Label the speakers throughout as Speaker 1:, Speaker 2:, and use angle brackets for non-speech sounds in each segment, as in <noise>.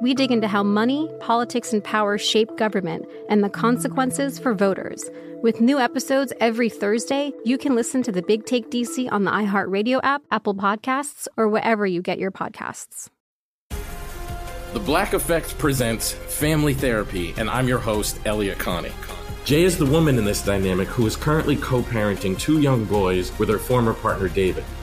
Speaker 1: We dig into how money, politics, and power shape government and the consequences for voters. With new episodes every Thursday, you can listen to the Big Take DC on the iHeartRadio app, Apple Podcasts, or wherever you get your podcasts.
Speaker 2: The Black Effect presents Family Therapy, and I'm your host, Elliot Connie.
Speaker 3: Jay is the woman in this dynamic who is currently co parenting two young boys with her former partner, David.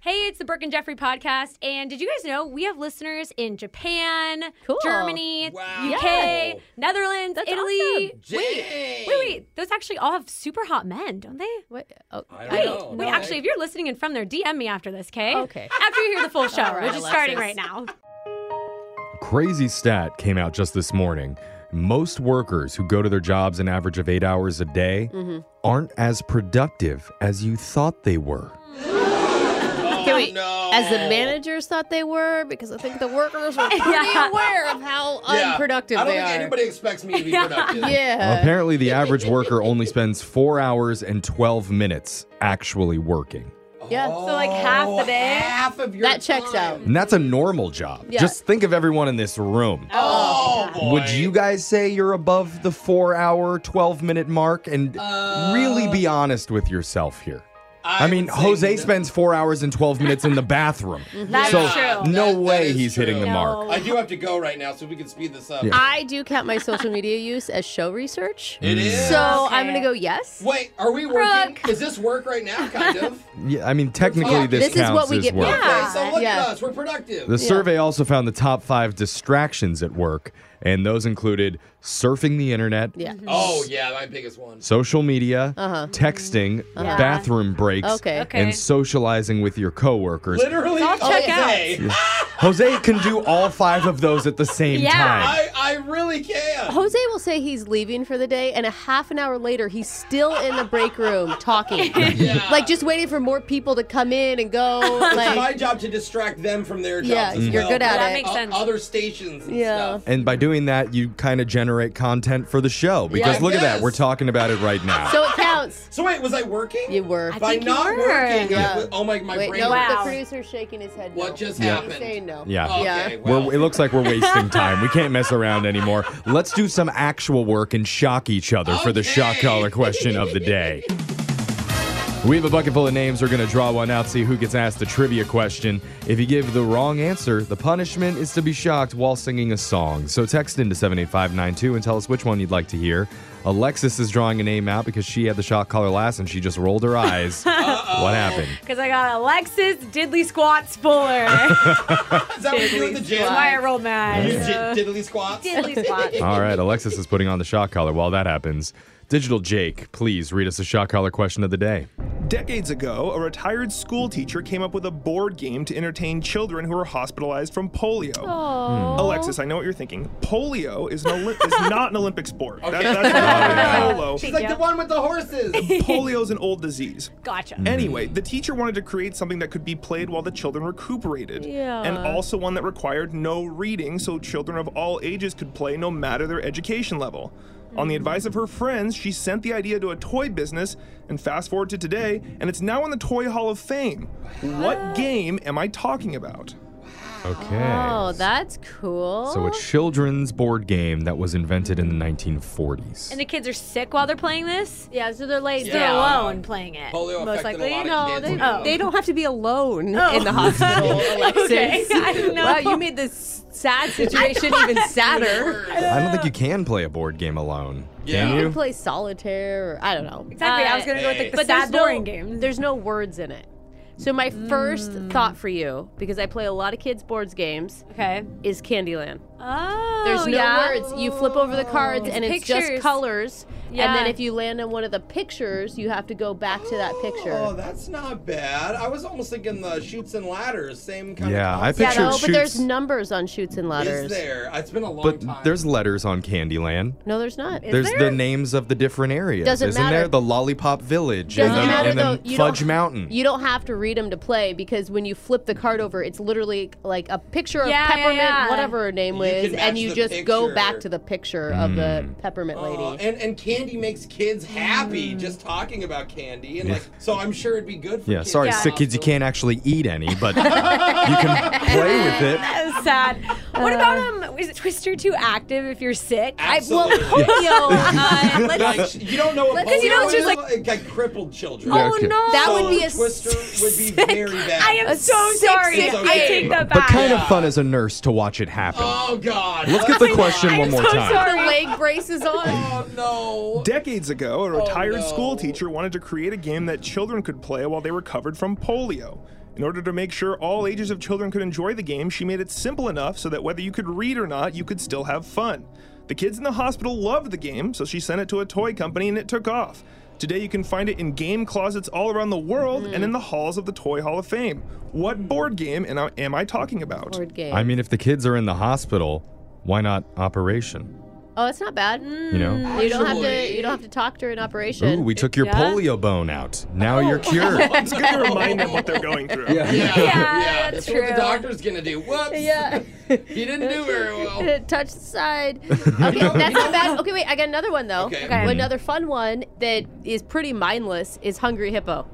Speaker 4: Hey, it's the Burke and Jeffrey podcast. And did you guys know we have listeners in Japan, cool. Germany, wow. UK, yeah. Netherlands,
Speaker 5: That's
Speaker 4: Italy?
Speaker 5: Awesome.
Speaker 4: Wait, wait, wait. Those actually all have super hot men, don't they? What? Oh,
Speaker 5: I
Speaker 4: wait,
Speaker 5: don't know.
Speaker 4: wait.
Speaker 5: No,
Speaker 4: actually,
Speaker 5: I-
Speaker 4: if you're listening and from there, DM me after this, okay?
Speaker 5: Okay.
Speaker 4: After you hear
Speaker 5: <laughs>
Speaker 4: the full show,
Speaker 5: All right,
Speaker 4: which is starting right
Speaker 5: Alexis.
Speaker 6: <laughs>
Speaker 4: now.
Speaker 7: Crazy stat came out just this morning. Most workers who go to their jobs an average of eight hours a day aren't as productive as you thought they were.
Speaker 6: Oh,
Speaker 5: Can we, As the managers thought they were, because I think the
Speaker 6: <laughs>
Speaker 5: workers were pretty
Speaker 4: Yeah.
Speaker 5: aware of how
Speaker 6: Yeah,
Speaker 5: unproductive
Speaker 6: I don't
Speaker 5: they
Speaker 6: think
Speaker 5: are.
Speaker 6: anybody expects
Speaker 5: <laughs>
Speaker 6: me to be productive.
Speaker 7: Well,
Speaker 5: yeah.
Speaker 7: apparently, the average worker only spends four hours and 12 minutes actually working.
Speaker 5: Yeah.
Speaker 6: Oh,
Speaker 5: So like half the day.
Speaker 6: half of your
Speaker 5: That checks out.
Speaker 7: And that's a normal job.
Speaker 5: Yeah.
Speaker 7: Just think of everyone in this room.
Speaker 6: Oh, boy.
Speaker 7: Would you guys say you're above the four hour, 12 minute mark? And really be honest with yourself here. I, mean,
Speaker 6: Uh, would say
Speaker 7: Jose
Speaker 6: no.
Speaker 7: spends four hours and 12 minutes in the
Speaker 5: <laughs>
Speaker 7: bathroom.
Speaker 4: That's
Speaker 7: so,
Speaker 4: true.
Speaker 7: no
Speaker 6: That- that
Speaker 7: way
Speaker 6: is
Speaker 7: he's
Speaker 6: true.
Speaker 7: hitting the
Speaker 6: No.
Speaker 7: mark.
Speaker 4: No.
Speaker 6: I do have to go right now, so we can speed this up.
Speaker 7: Yeah.
Speaker 5: I do count my social media use as show research.
Speaker 6: It is.
Speaker 5: So I'm
Speaker 4: Okay.
Speaker 5: going to go yes.
Speaker 6: Wait, are we working?
Speaker 5: Brooke.
Speaker 6: Is this work right now? Kind of.
Speaker 7: Yeah, I mean, technically,
Speaker 6: Fuck.
Speaker 7: this,
Speaker 5: This is
Speaker 7: counts
Speaker 5: what we
Speaker 7: as
Speaker 5: get
Speaker 7: work.
Speaker 5: paid.
Speaker 6: Okay, so look
Speaker 5: Yeah.
Speaker 6: at us. We're productive.
Speaker 7: The survey also found the top five distractions at work, and those included surfing the internet,
Speaker 5: Yeah.
Speaker 6: oh yeah, my biggest one.
Speaker 7: social media,
Speaker 5: Uh-huh.
Speaker 7: texting,
Speaker 4: Yeah.
Speaker 7: bathroom breaks,
Speaker 5: Okay.
Speaker 4: Okay.
Speaker 7: and socializing with your coworkers.
Speaker 6: Literally
Speaker 4: I'll
Speaker 6: all
Speaker 4: check out.
Speaker 6: day.
Speaker 7: Jose can do all five of those at the same
Speaker 4: Yeah.
Speaker 7: time.
Speaker 6: I I really can.
Speaker 5: Jose will say he's leaving for the day, and a half an hour later, he's still in the break room talking.
Speaker 6: <laughs> Yeah.
Speaker 5: Like, just waiting for more people to come in and go.
Speaker 6: It's my
Speaker 5: Oh, Like,
Speaker 6: job to distract them from their jobs.
Speaker 5: Yeah,
Speaker 6: as
Speaker 5: you're
Speaker 6: well.
Speaker 5: good at
Speaker 4: That
Speaker 5: it.
Speaker 4: makes
Speaker 6: O-
Speaker 4: sense.
Speaker 6: Other stations. And
Speaker 5: Yeah.
Speaker 6: Stuff.
Speaker 7: And by doing that, you kind of generate content for the show because
Speaker 6: Yeah, I
Speaker 7: look at that,
Speaker 6: guess.
Speaker 7: we're talking about it right now.
Speaker 5: so it counts.
Speaker 6: So <laughs> wait, was I working?
Speaker 5: You were.
Speaker 4: I
Speaker 6: By
Speaker 4: think you
Speaker 6: not
Speaker 4: were.
Speaker 6: working.
Speaker 5: Yeah.
Speaker 6: it- Oh my my
Speaker 5: Wait,
Speaker 6: brain.
Speaker 5: no,
Speaker 4: Wow.
Speaker 5: the producer's <laughs> shaking his head.
Speaker 6: What
Speaker 5: no.
Speaker 6: just
Speaker 5: He's
Speaker 6: happened?
Speaker 5: saying no.
Speaker 7: Yeah.
Speaker 6: Okay,
Speaker 5: Yeah.
Speaker 6: well.
Speaker 7: We're, it looks like we're wasting time. We can't mess around anymore. Let's do some actual work and shock each other for the shock
Speaker 6: Okay.
Speaker 7: collar question of the
Speaker 6: <laughs>
Speaker 7: day. We have a bucket full of names. We're going to draw one out, see who gets asked the trivia question. If you give the wrong answer, the punishment is to be shocked while singing a song. So text into 78592 and tell us which one you'd like to hear. Alexis is drawing a name out because she had the shock collar last and she just rolled her
Speaker 6: <laughs>
Speaker 7: eyes. what happened?
Speaker 4: Because I got Alexis Diddley Squats Fuller.
Speaker 6: <laughs>
Speaker 4: That's
Speaker 6: Is that what you do at the gym?
Speaker 4: why I rolled my
Speaker 6: You
Speaker 4: eyes.
Speaker 6: j- diddly squats. <laughs>
Speaker 4: Diddley Uh, Squats.
Speaker 7: All right, Alexis is putting on the shock collar while that happens. Digital Jake, please read us the shock collar question of the day.
Speaker 8: Decades ago, a retired school teacher came up with a board game to entertain children who were hospitalized from polio.
Speaker 6: Aw. Hmm.
Speaker 8: Alexis, I know what you're thinking. Polio is, an Oli- is not an Olympic sport. That- that's
Speaker 6: Yeah.
Speaker 8: not polo.
Speaker 6: She's like the one with the horses.
Speaker 8: Polio is an old disease.
Speaker 4: <laughs> Gotcha.
Speaker 7: Mm-hmm.
Speaker 6: Mm-hmm.
Speaker 8: Anyway, the teacher wanted to create something that could be played while the children recuperated,
Speaker 6: Yeah.
Speaker 8: and also one that required no reading so children of all ages could play no matter their education level. On the advice of her friends, she sent the idea to a toy business, and fast forward to today, and it's now in the Toy Hall of Fame. What game am I talking about?
Speaker 7: Okay.
Speaker 5: Oh, that's cool.
Speaker 7: So a children's board game that was invented in the 1940s.
Speaker 4: And the kids are sick while they're playing this?
Speaker 5: Yeah, so they're like
Speaker 4: they're
Speaker 5: down.
Speaker 4: alone playing it.
Speaker 5: Most likely,
Speaker 4: no,
Speaker 5: they,
Speaker 4: oh.
Speaker 5: they don't have to be alone in the hospital.
Speaker 4: <laughs>
Speaker 5: Alexis.
Speaker 4: Okay, I
Speaker 5: <laughs>
Speaker 4: know.
Speaker 5: Wow, you made this sad situation even
Speaker 6: <laughs>
Speaker 5: sadder.
Speaker 7: I don't think you can play a board game alone. Can
Speaker 5: You
Speaker 7: you?
Speaker 5: can play solitaire. Or, I don't know.
Speaker 4: Exactly, I was gonna go with, like, the
Speaker 5: but there's
Speaker 4: sad, boring
Speaker 5: no, game. There's no words in it. So my first
Speaker 4: Mm.
Speaker 5: thought for you, because I play a lot of kids' boards games, okay, is Candyland.
Speaker 4: Oh,
Speaker 5: There's no
Speaker 4: yeah.
Speaker 5: words. You flip over the cards
Speaker 4: It's
Speaker 5: and it's
Speaker 4: pictures.
Speaker 5: just colors. And then
Speaker 4: Yeah.
Speaker 5: if you land on one of the pictures, you have to go back to that picture.
Speaker 6: Oh, that's not bad. I was almost thinking the shoots and ladders, same kind
Speaker 7: Yeah,
Speaker 6: of.
Speaker 7: I
Speaker 5: yeah,
Speaker 7: pictured
Speaker 5: no, but there's
Speaker 7: shoots-
Speaker 5: numbers on shoots and ladders.
Speaker 6: Is there? It's been a long
Speaker 7: But
Speaker 6: time.
Speaker 7: there's letters on Candyland.
Speaker 5: No, there's not.
Speaker 7: there's the names of the different areas.
Speaker 5: Doesn't
Speaker 7: Isn't
Speaker 5: matter.
Speaker 7: there? The Lollipop Village
Speaker 5: Doesn't
Speaker 7: and, then-
Speaker 5: matter
Speaker 7: and then
Speaker 5: though. You
Speaker 7: Fudge
Speaker 5: don't,
Speaker 7: Mountain.
Speaker 5: You don't have to read them to play because when you flip the card over, it's literally like a picture of
Speaker 4: Yeah, yeah,
Speaker 5: peppermint,
Speaker 4: yeah.
Speaker 5: whatever her name
Speaker 4: You
Speaker 5: was,
Speaker 4: can
Speaker 5: and
Speaker 4: match
Speaker 5: you
Speaker 4: the
Speaker 5: just go
Speaker 4: picture.
Speaker 5: back to the picture of
Speaker 7: Hmm.
Speaker 5: the peppermint lady.
Speaker 6: Aw, and and candy makes kids
Speaker 5: Mm.
Speaker 6: happy. Just talking about candy and
Speaker 7: Yeah.
Speaker 6: like, so I'm sure it'd be good. for
Speaker 7: yeah,
Speaker 6: kids.
Speaker 7: sorry, sick kids, you can't actually eat any, but you
Speaker 5: <laughs>
Speaker 7: can play with it.
Speaker 4: <laughs> That is sad. What about
Speaker 5: Uh.
Speaker 4: um? Is Twister too active if you're sick? I well, <laughs> polio. uh,
Speaker 6: Like,
Speaker 4: let's-
Speaker 6: you don't know what
Speaker 4: Because you know,
Speaker 6: polio
Speaker 4: it's just
Speaker 6: is?
Speaker 4: like
Speaker 6: it got crippled children.
Speaker 4: Yeah, Oh, okay. no.
Speaker 5: That would be a
Speaker 6: twister would be very
Speaker 5: <laughs>
Speaker 6: bad.
Speaker 4: I am so sorry.
Speaker 6: sick
Speaker 4: I take
Speaker 6: kid.
Speaker 4: that
Speaker 7: But
Speaker 4: back.
Speaker 7: kind of fun as a nurse to watch it happen.
Speaker 6: Oh God.
Speaker 7: Let's get the question one more time.
Speaker 5: The leg braces on.
Speaker 6: oh
Speaker 7: <laughs>
Speaker 6: no.
Speaker 8: Decades ago, a retired school teacher wanted to create a game that children could play while they recovered from polio. In order to make sure all ages of children could enjoy the game, she made it simple enough so that whether you could read or not, you could still have fun. The kids in the hospital loved the game, so she sent it to a toy company and it took off. Today, you can find it in game closets all around the world and in the halls of the Toy Hall of Fame. What board game am I, am I talking about? Board
Speaker 5: game.
Speaker 7: I mean, if the kids are in the hospital, why not Operation?
Speaker 5: oh, it's not bad.
Speaker 7: You know?
Speaker 5: you don't have to. You don't have to talk during operation.
Speaker 7: Ooh, we took your polio bone out. Now you're <laughs> cured.
Speaker 8: <laughs> It's good to remind them what they're going through.
Speaker 6: Yeah, yeah,
Speaker 5: that's
Speaker 6: that's, what the
Speaker 5: true.
Speaker 6: doctor's gonna do. Whoops. <laughs>
Speaker 5: Yeah.
Speaker 6: he didn't do very well.
Speaker 5: <laughs> Touch
Speaker 7: <laughs>
Speaker 5: the side. Okay, that's not bad. Okay, wait, I got another one though.
Speaker 6: Okay. Okay.
Speaker 5: Another fun one that is pretty mindless is Hungry Hippo.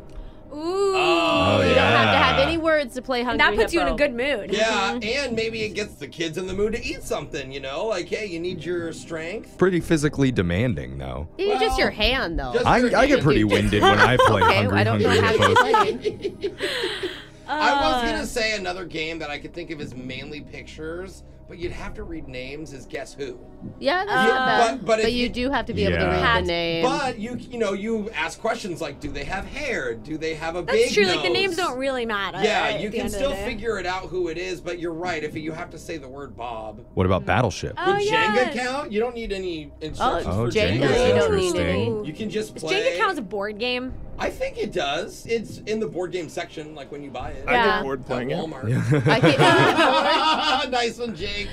Speaker 4: Ooh.
Speaker 6: Oh,
Speaker 5: you don't have to have
Speaker 6: yeah.
Speaker 5: any words to play Hungry
Speaker 4: that puts you in a
Speaker 5: Hippo. Mm-hmm.
Speaker 4: good mood.
Speaker 6: Yeah, and maybe it gets the kids in the mood to eat something, you know? Like, hey, you need your strength.
Speaker 7: Pretty physically demanding, though.
Speaker 5: Yeah, just your hand though.
Speaker 7: I, I get pretty winded when I play
Speaker 5: <laughs> Okay,
Speaker 7: Hungry
Speaker 5: I don't
Speaker 7: Hungry
Speaker 5: know how
Speaker 7: Hippos.
Speaker 6: I
Speaker 4: Uh.
Speaker 6: was gonna say another game that I could think of as mainly pictures, but you'd have to read names as guess who.
Speaker 5: Yeah, that's
Speaker 6: Yeah,
Speaker 4: Uh.
Speaker 5: not bad.
Speaker 6: but-
Speaker 5: But,
Speaker 6: but if
Speaker 5: you
Speaker 6: you-
Speaker 5: do have to be able to
Speaker 6: Yeah.
Speaker 5: read the name.
Speaker 6: But you you know, you ask questions like do they have hair? Do they have a
Speaker 4: That's
Speaker 6: big
Speaker 4: true. Like the
Speaker 6: nose?
Speaker 4: names don't really matter.
Speaker 6: Yeah,
Speaker 4: at
Speaker 6: you
Speaker 4: the
Speaker 6: can
Speaker 4: end of the
Speaker 6: still
Speaker 4: day.
Speaker 6: figure it out who it is, but you're right. If you have to say the word Bob,
Speaker 7: What about Battleship?
Speaker 6: Would Jenga count? You don't need any instructions
Speaker 7: Oh,
Speaker 6: for
Speaker 7: Jenga,
Speaker 6: Jenga.
Speaker 7: you don't need any. Interesting.
Speaker 6: You can just
Speaker 4: Does
Speaker 6: play.
Speaker 4: Jenga count as a board game?
Speaker 6: I think it does. It's in the board game section, like when you buy it.
Speaker 4: I get Yeah. bored
Speaker 6: At
Speaker 8: playing it.
Speaker 6: Walmart.
Speaker 8: I
Speaker 6: <laughs> nice one, Jake.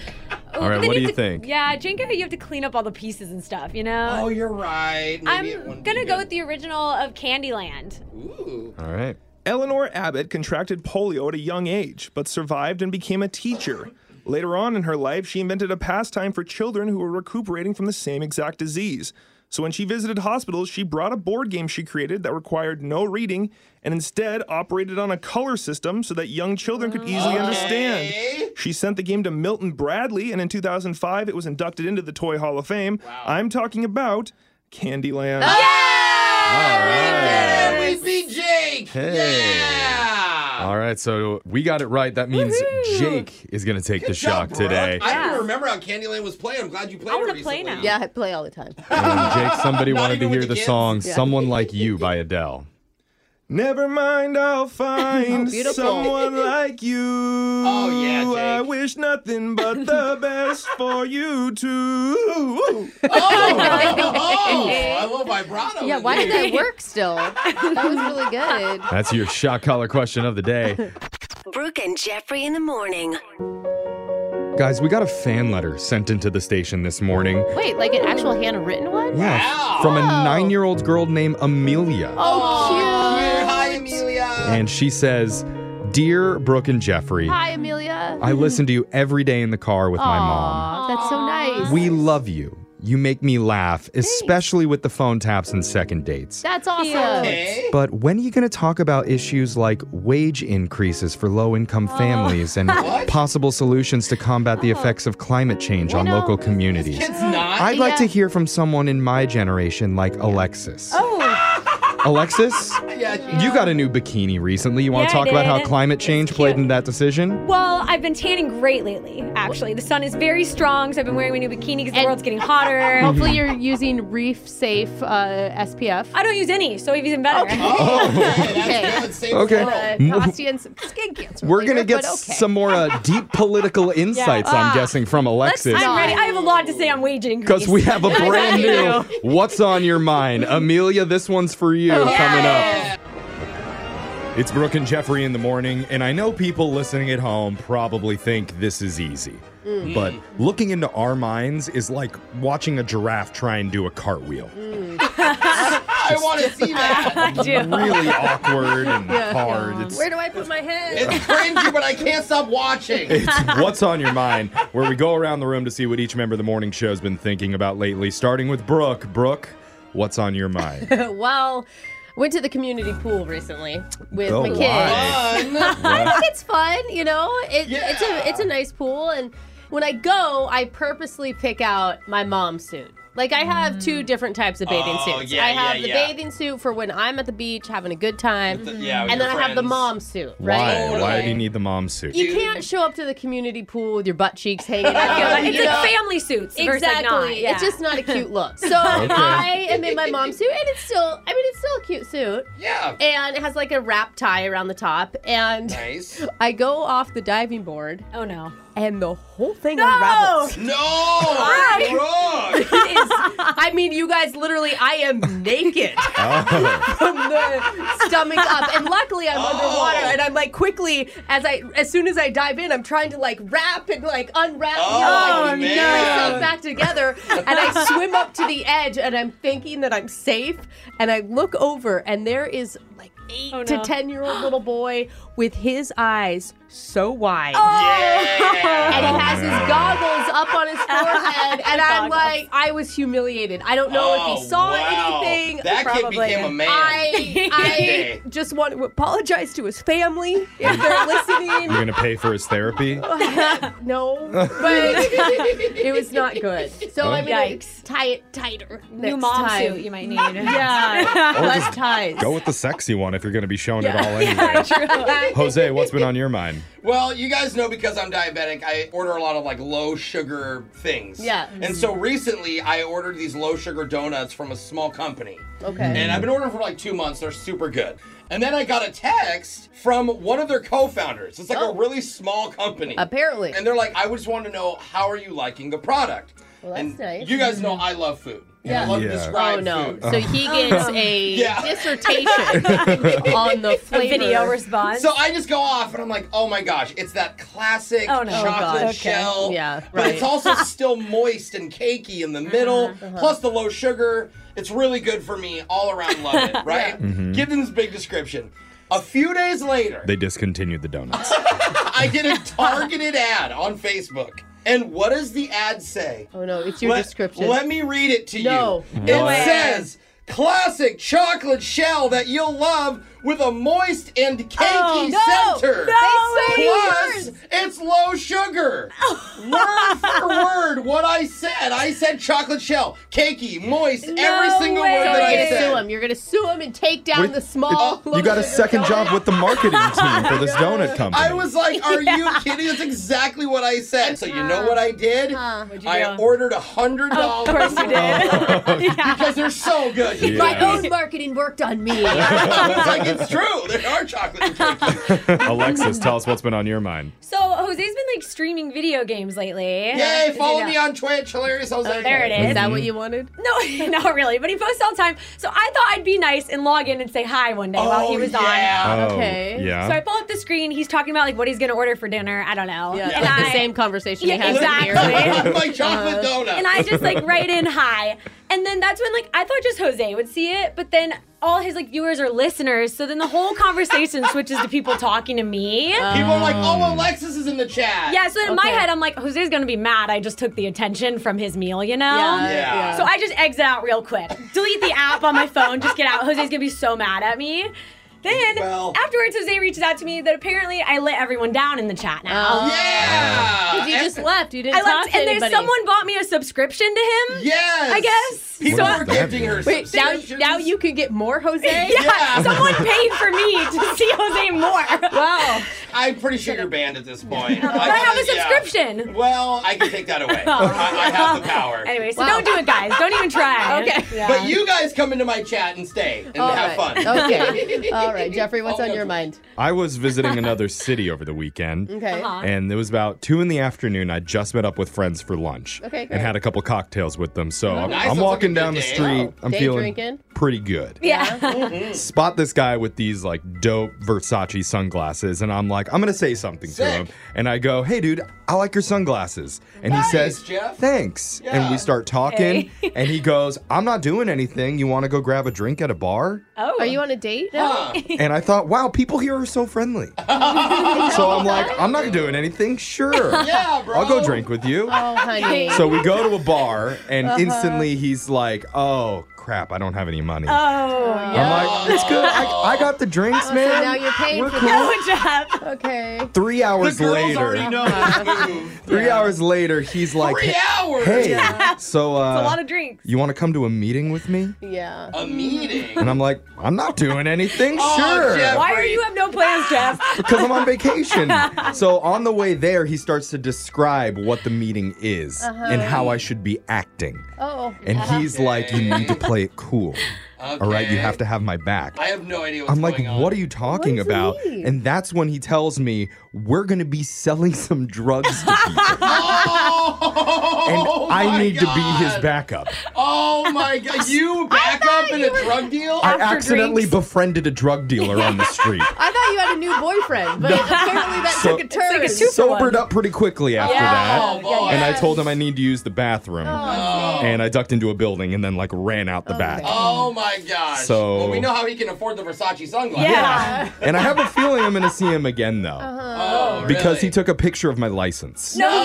Speaker 7: All right,
Speaker 4: Then
Speaker 7: what do you
Speaker 4: have to-
Speaker 7: think?
Speaker 4: Yeah, Jenga, you have to clean up all the pieces and stuff, you know?
Speaker 6: Oh, you're right.
Speaker 4: I'm gonna go with the original of Candyland.
Speaker 6: Ooh.
Speaker 7: All right.
Speaker 8: Eleanor Abbott contracted polio at a young age, but survived and became a teacher. Later on in her life, she invented a pastime for children who were recuperating from the same exact disease. So when she visited hospitals, she brought a board game she created that required no reading and instead operated on a color system so that young children could easily understand. She sent the game to Milton Bradley, and in 2005, it was inducted into the Toy Hall of Fame. I'm talking about Candyland.
Speaker 6: We beat Jake.
Speaker 7: Hey.
Speaker 6: Yeah.
Speaker 7: All right, so we got it right. That means Jake is going to take the shock today.
Speaker 6: I don't even remember how Candyland was played. I'm glad you played. I want to play now.
Speaker 5: Yeah,
Speaker 6: <laughs>
Speaker 5: I play all the time.
Speaker 7: And Jake, somebody
Speaker 6: Not
Speaker 7: wanted to
Speaker 6: even
Speaker 7: hear
Speaker 6: with
Speaker 7: the
Speaker 6: the kids?
Speaker 7: song
Speaker 5: Yeah.
Speaker 7: Someone Like You by Adele.
Speaker 8: Never mind, I'll find
Speaker 9: beautiful.
Speaker 8: someone like you. Oh
Speaker 9: yeah, Jake.
Speaker 8: I wish nothing but the best for you too.
Speaker 6: Oh, I love vibrato.
Speaker 9: Yeah,
Speaker 6: in
Speaker 9: why did
Speaker 6: there.
Speaker 9: that work still? That was really <laughs> good.
Speaker 7: That's your shock collar question of the day.
Speaker 10: Brooke and Jeffrey in the morning.
Speaker 7: Guys, we got a fan letter sent into the station this morning.
Speaker 5: Wait, like an actual handwritten one?
Speaker 7: Yeah, from a nine year old girl named Amelia.
Speaker 5: Oh, cute.
Speaker 6: Hi, Amelia.
Speaker 7: And she says, Dear Brooke and Jeffrey,
Speaker 5: Hi, Amelia.
Speaker 7: I listen to you every day in the car with my mom.
Speaker 5: Aw, That's so nice.
Speaker 7: We love you. You make me laugh, especially with the phone taps and second dates.
Speaker 5: That's awesome.
Speaker 7: But when are you going to talk about issues like wage increases for low income families and
Speaker 5: Oh. <laughs> What? Oh.
Speaker 7: possible solutions to combat the effects of climate change on local communities? I'd like to hear from someone in my generation like
Speaker 5: <laughs>
Speaker 7: Alexis.
Speaker 6: <laughs>
Speaker 9: Oh.
Speaker 7: Alexis, you got a new bikini recently. You want
Speaker 4: Yeah,
Speaker 7: to
Speaker 4: I
Speaker 7: talk about how
Speaker 4: did.
Speaker 7: climate change played in that decision?
Speaker 4: Well, I've been tanning great lately, actually. The sun is very strong, so I've been wearing my new bikini because the world's getting
Speaker 5: <laughs>
Speaker 4: hotter.
Speaker 5: Hopefully, you're using reef safe uh, SPF.
Speaker 4: I don't use any, so even better.
Speaker 6: Oh, <laughs>
Speaker 5: Okay.
Speaker 7: Okay.
Speaker 5: Uh,
Speaker 7: <laughs> Mo-
Speaker 5: Tosti and some skin cancer.
Speaker 7: We're going to
Speaker 5: later,
Speaker 7: get
Speaker 5: but okay.
Speaker 7: some more uh, deep political insights, I'm
Speaker 4: Ah.
Speaker 7: guessing, from Alexis.
Speaker 4: I'm ready. I have a lot to say on
Speaker 7: <laughs>
Speaker 4: wage increase.
Speaker 7: Because we
Speaker 4: <laughs>
Speaker 7: have a
Speaker 4: I
Speaker 7: brand
Speaker 5: <laughs>
Speaker 4: know.
Speaker 7: new What's on Your Mind. Amelia, this one's for you coming up. It's Brooke and Jeffrey in the morning, and I know people listening at home probably think this is easy.
Speaker 9: Mm.
Speaker 7: But looking into our minds is like watching a giraffe try and do a cartwheel.
Speaker 6: I
Speaker 5: <laughs>
Speaker 6: want to see that. <laughs>
Speaker 7: Really awkward and
Speaker 6: Yeah.
Speaker 7: hard. It's,
Speaker 6: do I put my head? It's cringy, but I can't stop
Speaker 7: <laughs>
Speaker 6: watching. <laughs>
Speaker 7: it's What's on Your Mind, where we go around the room to see what each member of the morning show has been thinking about lately, starting with Brooke. Brooke, what's on your mind?
Speaker 5: <laughs> well, went to the community pool recently with
Speaker 7: Oh,
Speaker 5: my kids.
Speaker 7: why? Fun.
Speaker 5: <laughs> I think it's fun, you know. It, It's a it's a nice pool, and when I go, I purposely pick out my mom suit. Like I have two different types of bathing
Speaker 9: Oh,
Speaker 5: suits.
Speaker 9: yeah,
Speaker 5: I have
Speaker 9: yeah,
Speaker 5: the
Speaker 9: yeah.
Speaker 5: bathing suit for when I'm at the beach having a good time,
Speaker 9: yeah, with
Speaker 5: and
Speaker 9: your
Speaker 5: then I have the
Speaker 9: friends.
Speaker 5: mom suit. Right?
Speaker 7: Why? Why do you need the mom suit?
Speaker 5: You can't show up to the community pool with your butt cheeks hanging out.
Speaker 4: I feel like
Speaker 5: you
Speaker 4: it's like
Speaker 5: know?
Speaker 4: family suits. versus, like,
Speaker 5: Exactly.
Speaker 4: not. Yeah.
Speaker 5: It's just not a cute
Speaker 4: <laughs>
Speaker 5: look.
Speaker 7: <laughs>
Speaker 5: So
Speaker 4: Okay.
Speaker 5: I <laughs> am in my mom's suit, and it's still, I mean, it's still a cute suit.
Speaker 6: Yeah.
Speaker 5: And it has like a wrap tie around the top. And
Speaker 6: Nice.
Speaker 5: <laughs> I go off the diving board.
Speaker 4: Oh, no.
Speaker 5: And the whole thing
Speaker 4: No!
Speaker 5: unravels.
Speaker 4: No!
Speaker 5: I-
Speaker 4: Wrong!
Speaker 5: I mean, you guys, literally, I
Speaker 4: <laughs>
Speaker 5: am naked from the stomach up. And luckily,
Speaker 9: Oh.
Speaker 5: I'm underwater, and I'm like quickly as I as soon as I dive in, I'm trying to like wrap and like unwrap, you know,
Speaker 9: Oh,
Speaker 5: like, get
Speaker 9: man.
Speaker 5: myself back together. And I swim up to the edge, and I'm thinking that I'm safe. And I look over, and there is like eight
Speaker 9: Oh,
Speaker 5: to
Speaker 9: no.
Speaker 5: ten year old little boy with his eyes so wide,
Speaker 9: Oh.
Speaker 5: and he has his goggles up on
Speaker 9: <laughs>
Speaker 5: his forehead, and I'm like, I was humiliated. I don't know if he
Speaker 9: Oh,
Speaker 5: saw
Speaker 9: wow.
Speaker 5: anything.
Speaker 9: That kid
Speaker 5: Probably.
Speaker 9: became a man.
Speaker 5: <laughs> I,
Speaker 9: Okay.
Speaker 5: I just want to apologize to his family if they're listening. <laughs>
Speaker 7: You're gonna pay for his therapy?
Speaker 5: no, but it was not good. So I'm gonna
Speaker 4: Yikes.
Speaker 5: tie it tighter.
Speaker 4: New
Speaker 5: next
Speaker 4: mom
Speaker 5: time.
Speaker 4: suit you might need. <laughs>
Speaker 5: <laughs> yeah,
Speaker 7: Or
Speaker 5: less
Speaker 7: just
Speaker 5: ties.
Speaker 7: Go with the sexy one if you're gonna be showing it <laughs>
Speaker 6: <laughs>
Speaker 7: all anyway.
Speaker 6: Yeah,
Speaker 7: <laughs> Jose, what's been on your mind?
Speaker 6: Well, you guys know because I'm diabetic, I order a lot of like low sugar things.
Speaker 9: Yeah.
Speaker 6: And so recently I ordered these low sugar donuts from a small company.
Speaker 9: Okay.
Speaker 6: And I've been ordering for like two months. They're super good. And then I got a text from one of their co-founders. It's like
Speaker 9: Oh.
Speaker 6: a really small company.
Speaker 5: Apparently.
Speaker 6: And they're like, I just want to know how are you liking the product?
Speaker 5: Well, that's
Speaker 6: and
Speaker 5: nice.
Speaker 6: You guys know I love food. And I
Speaker 5: Mm-hmm. Yeah.
Speaker 6: love to
Speaker 5: Yeah.
Speaker 6: describe
Speaker 5: Oh, no.
Speaker 6: food.
Speaker 5: So he
Speaker 6: <laughs>
Speaker 5: gets a
Speaker 6: Yeah. <laughs>
Speaker 5: dissertation on the flavor.
Speaker 6: So I just go off and I'm like, oh my gosh, it's that classic
Speaker 5: Oh, no. Oh,
Speaker 6: chocolate
Speaker 5: gosh.
Speaker 6: shell.
Speaker 5: Okay. Yeah,
Speaker 6: But it's
Speaker 5: right. <laughs> Uh-huh,
Speaker 6: also still moist and cakey in the middle, plus the low sugar. It's really good for me. All around love
Speaker 5: <laughs>
Speaker 6: it, right?
Speaker 5: Mm-hmm.
Speaker 7: Mhm.
Speaker 6: Give them this big description. A few days later,
Speaker 7: They discontinued the donuts.
Speaker 6: <laughs> I get a targeted ad on Facebook. And what does the ad say?
Speaker 5: Oh no, it's your
Speaker 6: let,
Speaker 5: description.
Speaker 6: Let me read it to
Speaker 5: No.
Speaker 6: you.
Speaker 5: No
Speaker 6: it
Speaker 5: way.
Speaker 6: says classic chocolate shell that you'll love with a moist and cakey
Speaker 9: Oh, no.
Speaker 6: center.
Speaker 9: No
Speaker 6: Plus, it's low
Speaker 5: <laughs>
Speaker 6: sugar. word for word, what I said. I said chocolate shell, cakey, moist, every single
Speaker 5: So
Speaker 6: word that
Speaker 5: you're
Speaker 6: I
Speaker 5: gonna
Speaker 6: said.
Speaker 5: sue him. You're gonna sue him and take down
Speaker 7: Wait,
Speaker 5: the small.
Speaker 7: you got a second job with the marketing team for
Speaker 5: <laughs>
Speaker 7: this donut company.
Speaker 6: I was like,
Speaker 4: <laughs>
Speaker 6: "Are you kidding? That's exactly what I said." So you know
Speaker 4: uh,
Speaker 6: what I did?
Speaker 9: you
Speaker 6: I
Speaker 9: do?
Speaker 6: ordered a hundred dollars. Of course
Speaker 1: <laughs>
Speaker 4: <laughs>
Speaker 6: you did, because they're so good.
Speaker 5: My own marketing worked on me.
Speaker 6: It's like,
Speaker 1: It's true.
Speaker 7: Oh,
Speaker 1: They are
Speaker 4: <laughs>
Speaker 1: chocolate and turkey.
Speaker 7: <laughs> Alexis, tell us what's been on your mind.
Speaker 4: So Jose's been like streaming video games lately.
Speaker 1: Yay,
Speaker 4: Is he
Speaker 1: follow
Speaker 4: not?
Speaker 1: me on Twitch. Hilarious Jose.
Speaker 4: Oh, there it is.
Speaker 1: Is that what you
Speaker 11: wanted?
Speaker 4: No, <laughs> not really. But he posts all the time. So I thought I'd be nice and log in and say hi one day while he
Speaker 1: Oh,
Speaker 4: was
Speaker 1: yeah.
Speaker 4: on.
Speaker 1: Oh, Okay. yeah.
Speaker 4: So I pull up the screen. He's talking about like what he's gonna order for dinner. I don't know.
Speaker 5: Yeah,
Speaker 4: And
Speaker 5: like the
Speaker 4: I-
Speaker 5: same conversation
Speaker 4: Yeah,
Speaker 5: we had
Speaker 4: exactly.
Speaker 1: <laughs>
Speaker 5: here.
Speaker 1: My chocolate
Speaker 4: Uh,
Speaker 1: donut.
Speaker 4: And I just like write in hi. And then that's when like I thought just Jose would see it, but then all his like viewers are listeners. So then the whole
Speaker 1: <laughs>
Speaker 4: conversation switches to people talking to me.
Speaker 1: People are like, oh, Alexis is in the chat.
Speaker 4: Yeah, so in my head, I'm like, Jose's gonna be mad. I just took the attention from his meal, you know?
Speaker 1: Yeah, yeah.
Speaker 4: So I just exit out real quick, delete the app on my phone, just get out. Jose's gonna be so mad at me. Then afterwards, Jose reaches out to me that apparently I let everyone down in the chat now.
Speaker 5: Oh.
Speaker 1: Yeah!
Speaker 5: Because you just left. You didn't
Speaker 4: I
Speaker 5: talk
Speaker 4: left,
Speaker 5: to
Speaker 4: and there's
Speaker 5: anybody.
Speaker 4: someone bought me a subscription to him.
Speaker 1: Yes.
Speaker 4: I guess.
Speaker 1: People
Speaker 4: So-
Speaker 1: are gifting her
Speaker 11: Wait, now, now you could get more Jose?
Speaker 4: <laughs> yeah, someone paid for me to <laughs> see Jose more. <laughs>
Speaker 11: Wow.
Speaker 1: I'm pretty sure you're banned at this point.
Speaker 4: But I have a
Speaker 1: yeah.
Speaker 4: subscription.
Speaker 1: Well, I can take
Speaker 4: <laughs>
Speaker 1: that away. I, I have the power.
Speaker 4: Anyway, so don't do it, guys. Don't even
Speaker 1: <laughs>
Speaker 4: try.
Speaker 5: Okay.
Speaker 1: But you guys come into my chat and stay and
Speaker 5: All
Speaker 1: have
Speaker 5: right.
Speaker 1: fun.
Speaker 5: Okay. All right, Jeffrey, what's on your mind?
Speaker 7: I was visiting another city over the weekend.
Speaker 5: Okay. Uh-huh.
Speaker 7: And it was about two in the afternoon. I just met up with friends for lunch.
Speaker 5: Okay,
Speaker 7: And
Speaker 5: great.
Speaker 7: had a couple cocktails with them. So I'm,
Speaker 5: Oh, Nice,
Speaker 7: I'm
Speaker 5: sounds
Speaker 7: walking down the street.
Speaker 5: Oh,
Speaker 7: I'm
Speaker 5: day
Speaker 7: feeling
Speaker 5: drinking?
Speaker 7: pretty good. <laughs>
Speaker 4: Yeah.
Speaker 7: Spot this guy with these like dope Versace sunglasses, and I'm like, I'm gonna say something to him. And I go, Hey, dude, I like your sunglasses. And
Speaker 1: Nice,
Speaker 7: he says,
Speaker 1: Jeff.
Speaker 7: Thanks. And we start talking,
Speaker 5: Hey.
Speaker 7: and he goes, I'm not doing anything. You want to go grab a drink at a bar?
Speaker 4: Oh.
Speaker 5: Are you on a date? <laughs>
Speaker 7: And I thought, wow, people here are so friendly.
Speaker 5: <laughs>
Speaker 7: So I'm like, I'm not doing anything. Sure.
Speaker 5: Yeah,
Speaker 1: bro.
Speaker 7: I'll go drink with you.
Speaker 5: Oh, honey.
Speaker 7: So
Speaker 5: <laughs>
Speaker 7: we go to a bar, and
Speaker 5: Uh-huh.
Speaker 7: instantly he's like, oh, crap, I don't have any money.
Speaker 4: Oh,
Speaker 7: I'm like, it's good.
Speaker 5: <laughs>
Speaker 7: I, I got the drinks,
Speaker 5: Oh, so
Speaker 7: man.
Speaker 5: now you're paying
Speaker 7: We're
Speaker 5: for
Speaker 7: cool.
Speaker 5: that.
Speaker 4: Jeff.
Speaker 5: Okay.
Speaker 7: Three
Speaker 5: <laughs>
Speaker 7: hours later. Three hours later, he's like,
Speaker 5: Three
Speaker 7: "Hey,
Speaker 5: hours?
Speaker 7: Hey,
Speaker 5: Yeah.
Speaker 7: so uh,
Speaker 5: It's a lot of drinks.
Speaker 7: You want to come to a meeting with me?
Speaker 5: Yeah.
Speaker 1: A meeting.
Speaker 7: And I'm like, I'm not doing
Speaker 5: <laughs>
Speaker 7: anything.
Speaker 5: Oh,
Speaker 7: sure.
Speaker 4: Why are you have no
Speaker 7: <laughs>
Speaker 4: plans, Jeff?
Speaker 7: Because I'm on
Speaker 5: <laughs>
Speaker 7: vacation. so on the way there, he starts to describe what the meeting is
Speaker 5: Uh-huh.
Speaker 7: and how I should be acting.
Speaker 5: Oh.
Speaker 7: And he's like, you need to play it cool. All right, you
Speaker 1: <laughs> Okay.
Speaker 7: have to have my back.
Speaker 1: I have no idea what's
Speaker 7: I'm like,
Speaker 1: going on.
Speaker 7: what are you talking about? And that's when he tells me, we're going to be selling some drugs to <laughs> people. and
Speaker 1: <laughs> oh,
Speaker 7: I
Speaker 1: my
Speaker 7: need to be his
Speaker 1: God.
Speaker 7: backup.
Speaker 1: Oh my god, you back up in a drug deal?
Speaker 7: I accidentally befriended a drug dealer on the
Speaker 1: <laughs>
Speaker 7: street.
Speaker 5: I thought you had a new boyfriend, but apparently that
Speaker 7: So-
Speaker 5: took a turn.
Speaker 7: sobered up pretty quickly after
Speaker 5: Yeah.
Speaker 7: that.
Speaker 5: Oh, boy.
Speaker 7: And I told him I need to use the bathroom.
Speaker 1: Oh.
Speaker 7: And I ducked into a building and then like ran out the back.
Speaker 1: Oh my gosh.
Speaker 7: So-
Speaker 1: well, we know how he can afford the Versace sunglasses.
Speaker 7: Yeah. And I <laughs> have a feeling I'm gonna see him again though.
Speaker 1: Oh,
Speaker 7: Because he took a picture of my license.
Speaker 1: No,
Speaker 5: No.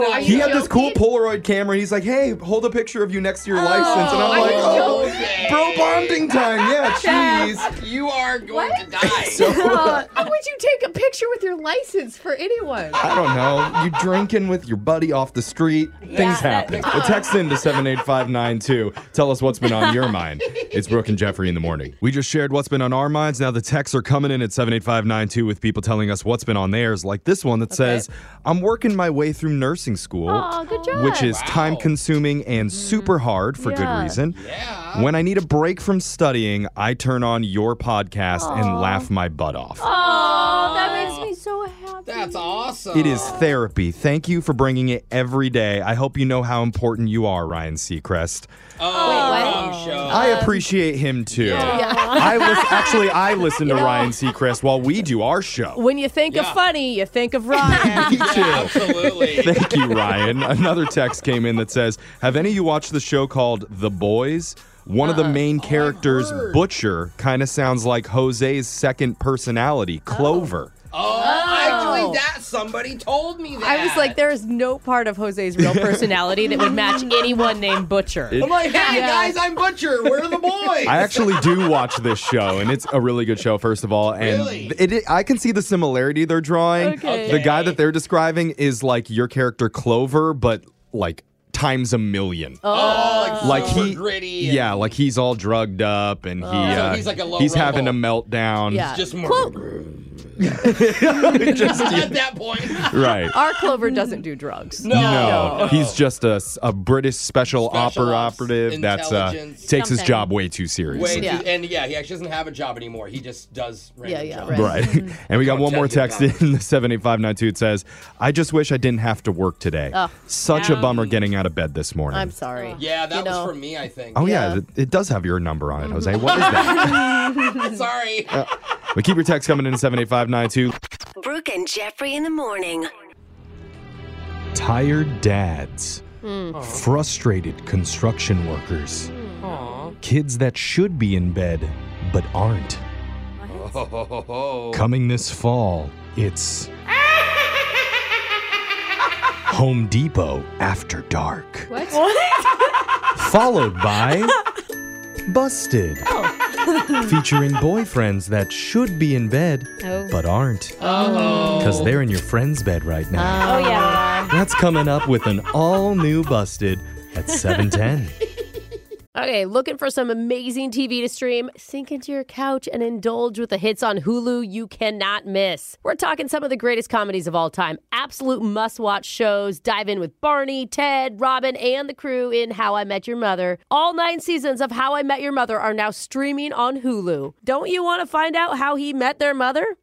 Speaker 1: that's not.
Speaker 7: He had this cool Polaroid camera. He's like, hey, hold a picture of you next to your license. And I'm
Speaker 5: are
Speaker 7: like,
Speaker 5: you
Speaker 7: oh, bro bonding time.
Speaker 5: <laughs>
Speaker 7: Yeah, jeez.
Speaker 1: You are going to die.
Speaker 7: <laughs> So- uh,
Speaker 5: How would you take a picture with your license for anyone?
Speaker 7: I don't know. You drinking with your buddy off the street. Things happen. Well, text in to 78592. Tell us what's been on your mind. It's Brooke and Jeffrey in the morning. We just shared what's been on our minds. Now the texts are coming in at 78592 with people telling us what's been on theirs, like this one that says, I'm working my way through nursing school,
Speaker 5: Aw, good job. Mm-hmm.
Speaker 7: which is time consuming and super hard for
Speaker 5: Yeah.
Speaker 7: good reason. When I need a break from studying, I turn on your podcast and laugh my butt off.
Speaker 4: Oh, that makes me so happy.
Speaker 1: That's awesome.
Speaker 7: It is therapy. Thank you for bringing it every day. I hope you know how important you are, Ryan Seacrest.
Speaker 1: Oh, show.
Speaker 7: I appreciate him too.
Speaker 5: Yeah.
Speaker 7: I lis- actually I listen to Ryan Seacrest while we do our show.
Speaker 5: When you think of funny, you think of Ryan.
Speaker 7: Me too. <laughs> Thank you, Ryan. Another text came in that says, "Have any of you watched the show called The Boys?" One of the main characters, Butcher, kind of sounds like Jose's second personality, Clover.
Speaker 1: Oh, actually, that somebody told me that.
Speaker 5: I was like, there is no part of
Speaker 7: <laughs>
Speaker 5: Jose's real personality that would match anyone named Butcher.
Speaker 7: It-
Speaker 1: I'm like, hey
Speaker 5: Yeah.
Speaker 1: guys, I'm Butcher. Where are the boys?
Speaker 7: I actually do watch this show, and it's a really good show, first of all. And
Speaker 1: Really?
Speaker 7: it, it- I can see the similarity they're drawing.
Speaker 1: Okay.
Speaker 7: The guy that they're describing is like your character Clover, but like times a million.
Speaker 1: oh,
Speaker 7: Like
Speaker 1: super
Speaker 7: he,
Speaker 1: gritty. and- Oh.
Speaker 7: yeah, like he's all drugged up, and he,
Speaker 1: So
Speaker 7: uh,
Speaker 1: he's like a low
Speaker 7: he's
Speaker 1: rumble.
Speaker 7: having a meltdown. <laughs>
Speaker 1: He's just more.
Speaker 5: Clo-
Speaker 1: <laughs>
Speaker 7: Just-
Speaker 1: At that point.
Speaker 7: Right.
Speaker 5: Our Clover doesn't do drugs.
Speaker 7: No, he's just a, s- a British special, opera
Speaker 1: ops,
Speaker 7: operative that's uh,
Speaker 1: intelligence.
Speaker 7: takes his
Speaker 1: Something.
Speaker 7: job way too seriously.
Speaker 1: Way too- and yeah, he actually doesn't have a job anymore. He just does random
Speaker 5: yeah,
Speaker 1: jobs.
Speaker 7: Right. <laughs>
Speaker 5: Mm-hmm.
Speaker 7: Mm-hmm. and we got one more text in <laughs> the 78592. It says, I just wish I didn't have to work today.
Speaker 5: Ugh.
Speaker 7: Such a
Speaker 5: Yeah.
Speaker 7: bummer getting out of bed this morning.
Speaker 5: I'm sorry.
Speaker 1: Yeah, that
Speaker 5: was
Speaker 1: for me, I think.
Speaker 7: oh, yeah, th- it does have your number on it, Jose.
Speaker 5: Mm-hmm.
Speaker 7: What is that?
Speaker 5: <laughs>
Speaker 1: Sorry.
Speaker 7: Uh, but keep your text coming in 78592.
Speaker 9: Brooke and Jeffrey in the morning.
Speaker 7: Tired dads,
Speaker 5: Mm.
Speaker 7: frustrated construction workers, kids that should be in bed but aren't.
Speaker 6: Oh.
Speaker 7: Coming this fall, it's Home Depot After Dark,
Speaker 5: What?
Speaker 4: <laughs>
Speaker 7: followed by Busted, featuring boyfriends that should be in bed
Speaker 5: Oh.
Speaker 7: but aren't
Speaker 5: Oh.
Speaker 7: because they're in your friend's bed right now.
Speaker 5: Oh, yeah.
Speaker 7: That's coming up with an all new Busted at
Speaker 5: <laughs>
Speaker 7: 7:10.
Speaker 5: Okay, looking for some amazing TV to stream? Sink into your couch and indulge with the hits on Hulu you cannot miss. We're talking some of the greatest comedies of all time, absolute must watch shows. Dive in with Barney, Ted, Robin, and the crew in How I Met Your Mother. All nine seasons of How I Met Your Mother are now streaming on Hulu. Don't you want to find out how he met their mother?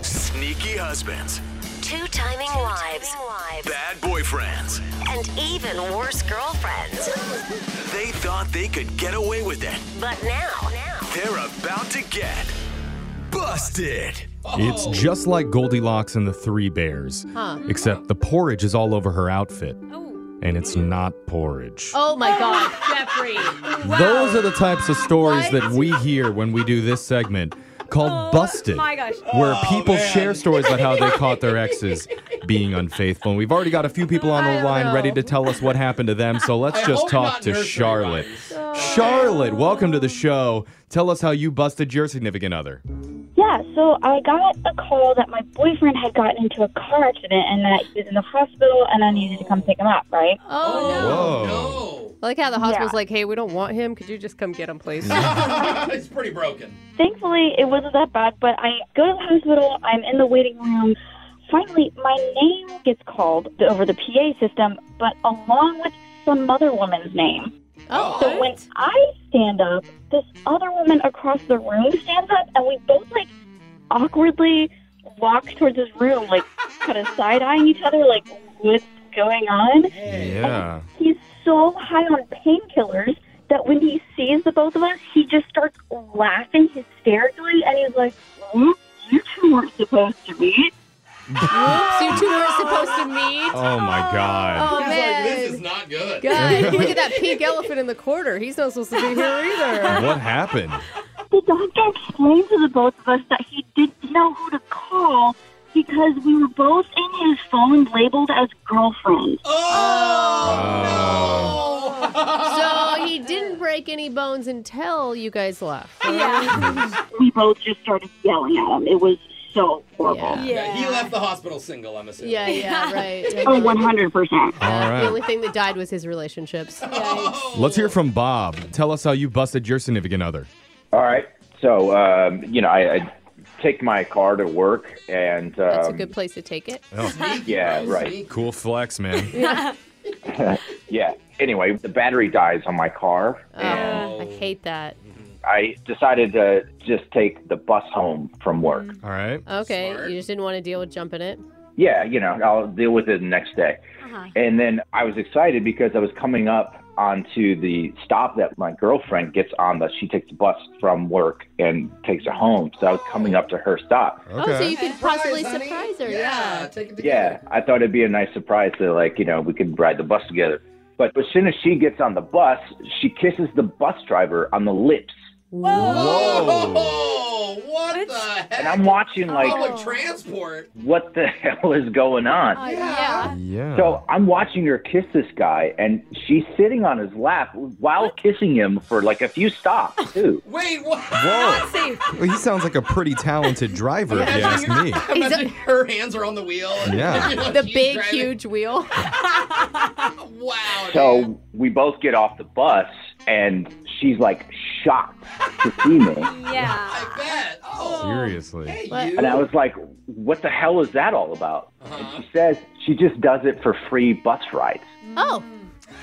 Speaker 9: Sneaky husbands, two timing wives,
Speaker 12: Bad boyfriends.
Speaker 9: and even worse girlfriends.
Speaker 12: They thought they could get away with it.
Speaker 9: But now,
Speaker 12: They're about to get busted.
Speaker 7: It's just like Goldilocks and the Three Bears,
Speaker 5: Huh.
Speaker 7: except the porridge is all over her outfit. And it's not porridge.
Speaker 5: Oh my God, Jeffrey.
Speaker 7: Those are the types of stories that we hear when we do this segment. called Busted,
Speaker 13: Oh my gosh.
Speaker 7: where
Speaker 13: Oh,
Speaker 7: people
Speaker 13: man.
Speaker 7: share stories about how they caught
Speaker 13: <laughs>
Speaker 7: their exes being unfaithful. And we've already got a few people on the line ready to tell us what happened to
Speaker 13: <laughs>
Speaker 7: them. So let's just talk to Charlotte.
Speaker 13: Oh.
Speaker 7: Charlotte, welcome to the show. Tell us how you busted your significant other.
Speaker 11: Yeah, so I got a call that my boyfriend had gotten into a car accident and that he was in the hospital and I needed to come pick him up, right?
Speaker 5: Oh, no.
Speaker 7: Whoa.
Speaker 6: Oh.
Speaker 5: I like how the hospital's
Speaker 11: Yeah.
Speaker 5: like, hey, we don't want him. Could you just come get him, please?
Speaker 6: <laughs> it's pretty broken.
Speaker 11: Thankfully, it wasn't that bad, but I go to the hospital, I'm in the waiting room. Finally, my name gets called over the PA system, but along with some other woman's name.
Speaker 5: Oh,
Speaker 11: so when I stand up, this other woman across the room stands up, and we both like awkwardly walk towards this room, like kind of side eyeing each other, like what's going on.
Speaker 7: Yeah.
Speaker 11: He's so high on painkillers that when he sees the both of us, he just starts laughing hysterically, and he's like, "Oops, you two weren't supposed to
Speaker 5: <laughs>
Speaker 11: meet."
Speaker 5: Oops, you two weren't supposed to meet.
Speaker 7: Oh my
Speaker 5: Oh,
Speaker 7: God.
Speaker 5: man.
Speaker 6: This is not good.
Speaker 5: God,
Speaker 7: <laughs>
Speaker 5: look at that pink elephant in the corner. He's not supposed to be here
Speaker 13: Oh,
Speaker 5: either.
Speaker 7: <laughs> What happened?
Speaker 11: The doctor explained to <laughs> the both of us that he didn't know who to call because we were both in his phone labeled as girlfriends.
Speaker 5: Oh, So he didn't break any bones until you guys left.
Speaker 11: we both just started yelling at him. It was so horrible.
Speaker 6: Yeah, he left the hospital single, I'm assuming.
Speaker 5: Yeah,
Speaker 1: <laughs>
Speaker 5: yeah, right.
Speaker 11: Oh, 100%.
Speaker 7: All
Speaker 5: The
Speaker 7: right.
Speaker 5: only thing that died was his relationships.
Speaker 7: Let's hear from Bob. Tell us how you busted your significant other.
Speaker 14: All right. So, um, you know, I, I take my car to work and. Um,
Speaker 5: That's a good place to take it.
Speaker 14: Yeah,
Speaker 5: <laughs>
Speaker 14: right.
Speaker 7: Oh. Cool flex, man.
Speaker 14: <laughs>
Speaker 7: <laughs>
Speaker 14: yeah. Anyway, the battery dies on my car.
Speaker 5: Oh, I hate that.
Speaker 14: I decided to just take the bus home from work.
Speaker 5: Mm.
Speaker 7: All right.
Speaker 5: Okay, you just didn't want to deal with jumping it.
Speaker 14: Yeah, you know, I'll deal with it the next day. And then I was excited because I was coming up onto the stop that my girlfriend gets on the she takes the bus from work and takes it home. So I was coming up to her stop.
Speaker 5: Oh, so you could possibly
Speaker 6: honey.
Speaker 5: surprise her.
Speaker 6: Yeah,
Speaker 5: <laughs> Yeah.
Speaker 6: take it
Speaker 14: Yeah, I thought it'd be a nice surprise to like, you know, we could ride the bus together. But as soon as she gets on the bus, she kisses the bus driver on the lips.
Speaker 6: Whoa!
Speaker 14: Whoa.
Speaker 6: What, the heck?
Speaker 14: And I'm watching like
Speaker 6: public transport.
Speaker 14: what the <laughs> hell is going on?
Speaker 6: yeah.
Speaker 7: Yeah.
Speaker 14: So I'm watching her kiss this guy, and she's sitting on his lap while kissing him for like a few stops too.
Speaker 6: Wait,
Speaker 7: Whoa.
Speaker 6: what?
Speaker 15: Oh,
Speaker 7: Well, he sounds like a pretty talented driver, if you ask me.
Speaker 6: Imagine her hands are on the wheel. <laughs>
Speaker 7: Yeah.
Speaker 5: The big, huge wheel.
Speaker 14: So we both get off the bus, and she's like shocked to see me,
Speaker 11: <laughs>
Speaker 13: Yeah.
Speaker 7: Seriously.
Speaker 14: and I was like, "What the hell is that all about?" And she says she just does it for free bus rides.
Speaker 5: Oh.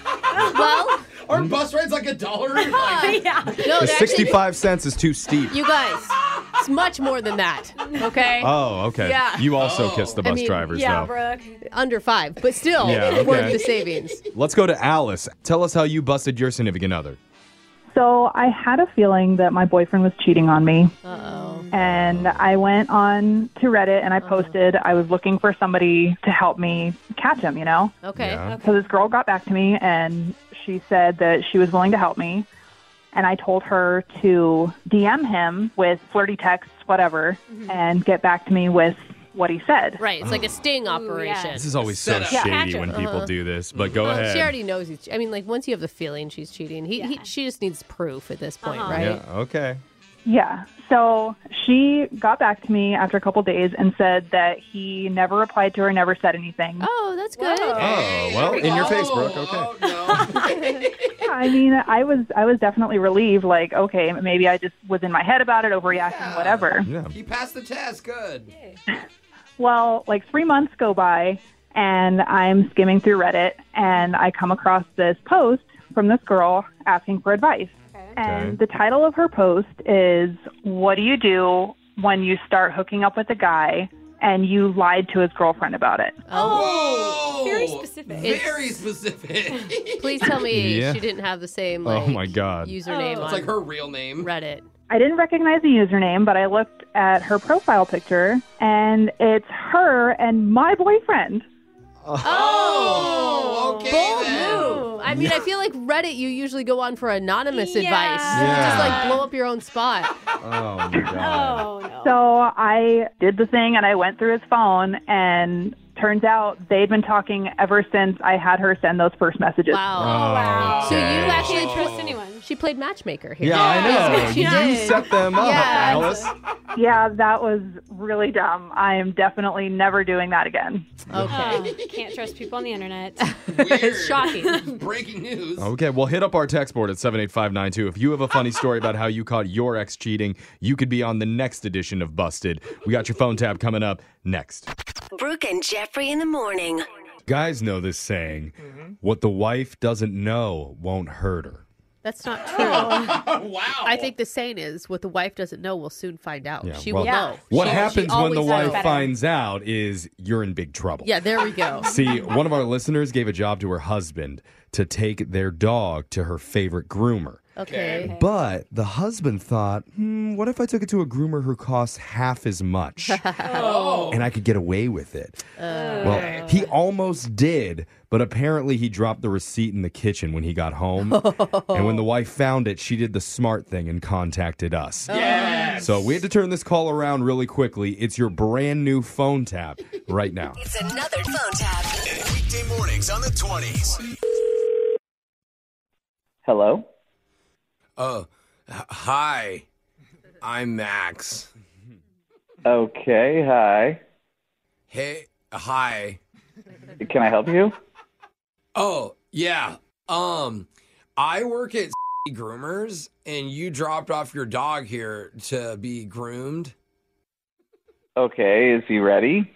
Speaker 5: Well,
Speaker 6: <laughs> Our bus ride's like a dollar. Like,
Speaker 5: yeah. No,
Speaker 7: The
Speaker 5: they're actually-
Speaker 7: 65 cents is too steep.
Speaker 5: You guys, it's much more than that. Okay.
Speaker 7: Oh, okay.
Speaker 5: Yeah.
Speaker 7: You also kissed the
Speaker 5: I
Speaker 7: bus
Speaker 5: mean,
Speaker 7: drivers, though.
Speaker 5: Brooke. Under five, but still
Speaker 7: Yeah, okay.
Speaker 5: worth the savings.
Speaker 7: Let's go to Alice. Tell us how you busted your significant other.
Speaker 15: So I had a feeling that my boyfriend was cheating on me.
Speaker 5: Uh-oh. Uh-huh.
Speaker 15: And I went on to Reddit and I posted I was looking for somebody to help me catch him, you know?
Speaker 5: Okay.
Speaker 15: So this girl got back to me and she said that she was willing to help me. And I told her to DM him with flirty texts, whatever, and get back to me with what he said.
Speaker 5: Mm-hmm. Right. It's like a sting operation.
Speaker 7: This is always so
Speaker 15: Yeah.
Speaker 7: shady when people
Speaker 5: Uh-huh.
Speaker 7: do this, but go
Speaker 5: Well,
Speaker 7: ahead.
Speaker 5: She already knows he's. I mean, like once you have the feeling she's cheating, he, he she just needs proof at this
Speaker 7: Uh-huh.
Speaker 5: point, right?
Speaker 7: Yeah, okay.
Speaker 15: Yeah. So she got back to me after a couple days and said that he never replied to her, never said anything.
Speaker 5: Oh, that's good.
Speaker 7: Oh, well, in your face, Brooke. Okay.
Speaker 15: Yeah, <laughs> I mean, I was I was definitely relieved. Like, okay, maybe I just was in my head about it, overreacting, whatever.
Speaker 6: He passed the test. Good.
Speaker 15: Well, like three months go by, and I'm skimming through Reddit, and I come across this post from this girl asking for advice. And the title of her post is "What do you do when you start hooking up with a guy and you lied to his girlfriend about it?"
Speaker 5: Oh,
Speaker 6: very
Speaker 5: specific.
Speaker 7: <laughs>
Speaker 6: Very specific.
Speaker 5: Please tell me
Speaker 15: Yeah.
Speaker 5: she didn't have the same
Speaker 15: Oh
Speaker 5: like,
Speaker 15: my God.
Speaker 5: username. on
Speaker 15: Oh. It's like
Speaker 6: her real name.
Speaker 5: Reddit.
Speaker 15: I didn't recognize the username, but I looked at her profile picture, and it's her and my boyfriend.
Speaker 5: Oh, bold move. I I mean, I feel like Reddit, you usually go on for anonymous advice.
Speaker 7: Yeah.
Speaker 5: Just like blow up your own spot.
Speaker 7: Oh
Speaker 5: <laughs>
Speaker 7: my god.
Speaker 15: So I did the thing and I went through his phone and turns out they'd been talking ever since I had her send those first messages.
Speaker 5: wow. So you
Speaker 7: Okay.
Speaker 5: actually trust anyone. She played matchmaker here.
Speaker 7: Yeah, I know.
Speaker 5: She
Speaker 7: You
Speaker 5: did.
Speaker 7: set them up,
Speaker 5: Yeah.
Speaker 7: Alice.
Speaker 15: Yeah, that was really dumb. I am definitely never doing that again.
Speaker 4: Oh, can't trust people on the internet.
Speaker 15: it's
Speaker 4: shocking.
Speaker 15: Breaking news.
Speaker 7: Okay, well, hit up our text board at 78592. If you have a funny story about how you caught your ex cheating, you could be on the next edition of Busted. We got your phone tab coming up next.
Speaker 9: Brooke and Jeffrey in the morning.
Speaker 7: Guys know this saying what the wife doesn't know won't hurt her.
Speaker 5: That's <laughs> not true. wow. I think the saying is what the wife doesn't know will soon find out.
Speaker 7: Yeah,
Speaker 5: Oh, she
Speaker 7: well,
Speaker 5: will know.
Speaker 7: What
Speaker 5: She- she
Speaker 7: happens when
Speaker 5: always
Speaker 7: the
Speaker 5: knows
Speaker 7: wife
Speaker 5: better.
Speaker 7: finds out is you're in big trouble.
Speaker 5: <laughs> Yeah, there we go.
Speaker 7: <laughs> See, one of our listeners gave a job to her husband to take their dog to her favorite groomer.
Speaker 5: Okay.
Speaker 7: But the husband thought, hmm, what if I took it to a groomer who costs half as much
Speaker 5: <laughs>
Speaker 6: Oh.
Speaker 7: and I could get away with it?
Speaker 5: Uh,
Speaker 7: Well, he almost did, but apparently he dropped the receipt in the kitchen when he got home. and when the wife found it, she did the smart thing and contacted us.
Speaker 9: Yes.
Speaker 7: So we had to turn this call around really quickly. It's your brand new phone tap right now.
Speaker 9: It's another phone tap.
Speaker 6: Weekday mornings on the 20s.
Speaker 14: Hello?
Speaker 6: Uh, h- hi. I'm Max.
Speaker 14: Okay, hi.
Speaker 6: Hey, hi.
Speaker 14: Can I help you?
Speaker 6: Oh, yeah. Um, I work at <laughs> Groomers, and you dropped off your dog here to be groomed.
Speaker 14: Okay, is he ready?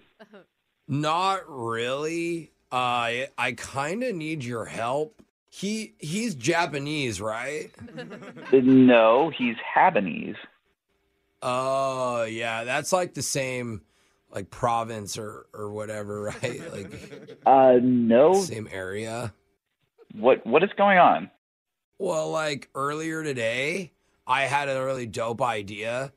Speaker 6: Not really. Uh, I I kind of need your help. He he's Japanese, right?
Speaker 14: Uh, No, he's Habanese.
Speaker 6: Oh, yeah, that's like the same like province or or whatever, right? Like
Speaker 14: Uh, no.
Speaker 6: same area.
Speaker 14: What What is going on?
Speaker 6: Well, like earlier today, I had a really dope idea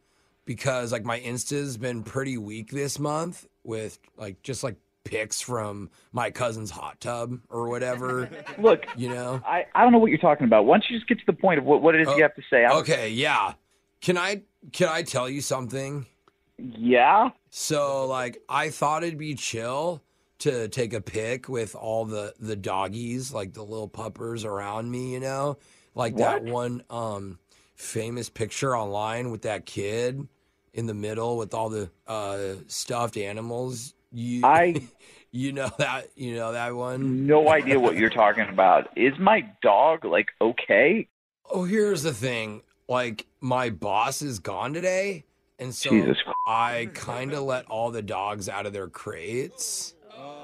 Speaker 6: because like my Insta's been pretty weak this month with like just like pics from my cousin's hot tub or whatever.
Speaker 14: Look,
Speaker 6: you know.
Speaker 14: I, I don't know what you're talking about. Why don't you just get to the point of what, what it is
Speaker 6: Oh,
Speaker 14: you have to say? I'm-
Speaker 6: Okay, yeah. Can I can I tell you something?
Speaker 14: Yeah.
Speaker 6: So like I thought it'd be chill to take a pic with all the the doggies, like the little puppers around me, you know? Like that one um famous picture online with that kid in the middle with all the uh stuffed animals. You
Speaker 14: I-
Speaker 6: <laughs> you know that you know that one?
Speaker 14: No idea what you're talking about. Is my dog, like, okay?
Speaker 6: Oh, here's the thing. Like my boss is gone today, and so
Speaker 14: Jesus
Speaker 6: I kind of let all the dogs out of their crates.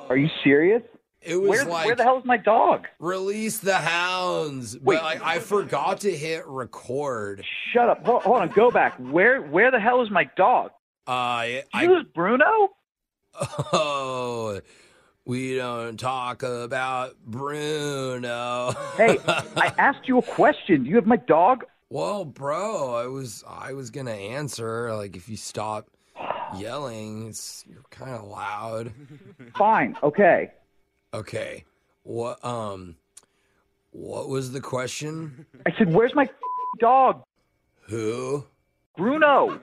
Speaker 14: Are you serious?
Speaker 6: It was
Speaker 14: where,
Speaker 6: like
Speaker 14: where the hell is my dog?
Speaker 6: Release the hounds.
Speaker 14: Wait.
Speaker 6: But like I forgot to hit record.
Speaker 14: Shut up. Hold, hold on. Go back. Where Where the hell is my dog?
Speaker 6: Uh, I,
Speaker 14: You was Bruno?
Speaker 6: <laughs> oh, we don't talk about Bruno.
Speaker 14: Hey, I asked you a question. Do you have my dog?
Speaker 6: Well, bro, I was I was gonna answer. Like if you stop yelling, it's you're kind of loud.
Speaker 14: Fine. Okay.
Speaker 6: Okay. What um what was the question?
Speaker 14: I said, where's my dog?
Speaker 6: Who?
Speaker 14: Bruno.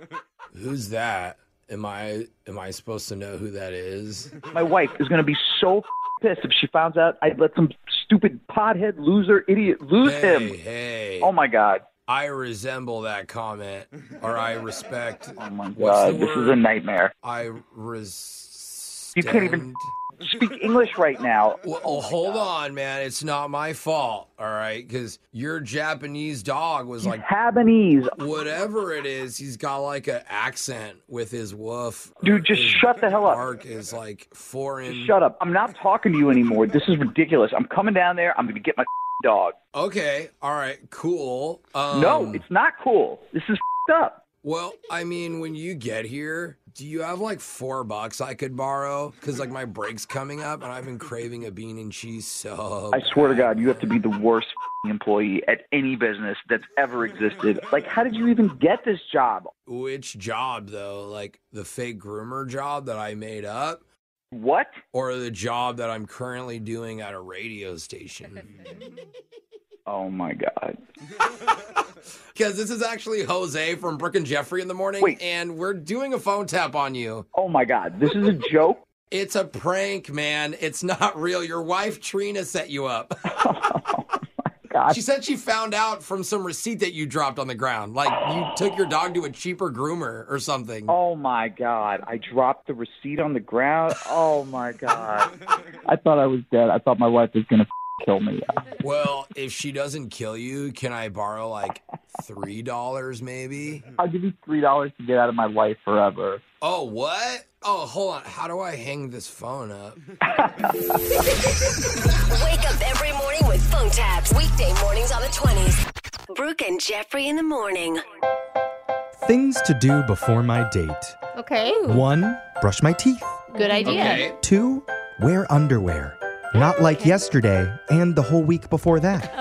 Speaker 6: Who's that? Am I am I supposed to know who that is?
Speaker 14: My wife is going to be so pissed if she finds out I let some stupid pothead loser idiot lose
Speaker 6: hey,
Speaker 14: him.
Speaker 6: Hey.
Speaker 14: Oh my god.
Speaker 6: I resemble that comment or I respect
Speaker 14: <laughs> Oh my
Speaker 6: What's
Speaker 14: god.
Speaker 6: the
Speaker 14: This is
Speaker 6: word?
Speaker 14: a nightmare.
Speaker 6: I res
Speaker 14: You can't even speak English right now.
Speaker 6: <laughs> well, oh, hold on, man. It's not my fault, all right? Because your Japanese dog was like
Speaker 14: Habanese.
Speaker 6: whatever it is, he's got like an accent with his woof.
Speaker 14: Dude, just shut the hell up.
Speaker 6: Bark is like foreign.
Speaker 14: Shut up. I'm not talking to you anymore. This is ridiculous. I'm coming down there. I'm going to get my <laughs> dog.
Speaker 6: Okay, all right, cool. Um,
Speaker 14: no, it's not cool. This is up.
Speaker 6: Well, I mean, when you get here, do you have like four bucks I could borrow? Because like my break's coming up, and I've been craving a bean and cheese sub.
Speaker 14: I swear to God, you have to be the worst <laughs> employee at any business that's ever existed. Like, how did you even get this job?
Speaker 6: Which job though? Like the fake groomer job that I made up.
Speaker 14: What?
Speaker 6: Or the job that I'm currently doing at a radio station.
Speaker 14: Oh my
Speaker 6: <laughs>
Speaker 14: God.
Speaker 6: Because this is actually Jose from Brooke and Jeffrey in the morning, and we're doing a phone tap on you.
Speaker 14: Oh my God. This is a joke.
Speaker 6: It's a prank, man. It's not real. Your wife Trina set
Speaker 14: <laughs>
Speaker 6: you up.
Speaker 14: Oh,
Speaker 6: She said she found out from some receipt that you dropped on the ground. Like you took your dog to a cheaper groomer or something.
Speaker 14: Oh my God. I dropped the receipt on the ground. Oh my God. I thought I was dead. I thought my wife was going to <laughs> kill me.
Speaker 6: Well, if she doesn't kill you, can I borrow like three dollars maybe?
Speaker 14: I'll give you $3 to get out of my life forever.
Speaker 6: Oh what? Oh hold on. How do I hang this phone up?
Speaker 9: Wake up every morning with phone taps. Weekday mornings on the 20s. Brooke and Jeffrey in the morning.
Speaker 3: Things to do before my date.
Speaker 5: Okay.
Speaker 3: One, brush my teeth.
Speaker 5: Good idea. Okay.
Speaker 3: Two, wear underwear. Not like yesterday and the whole week before that.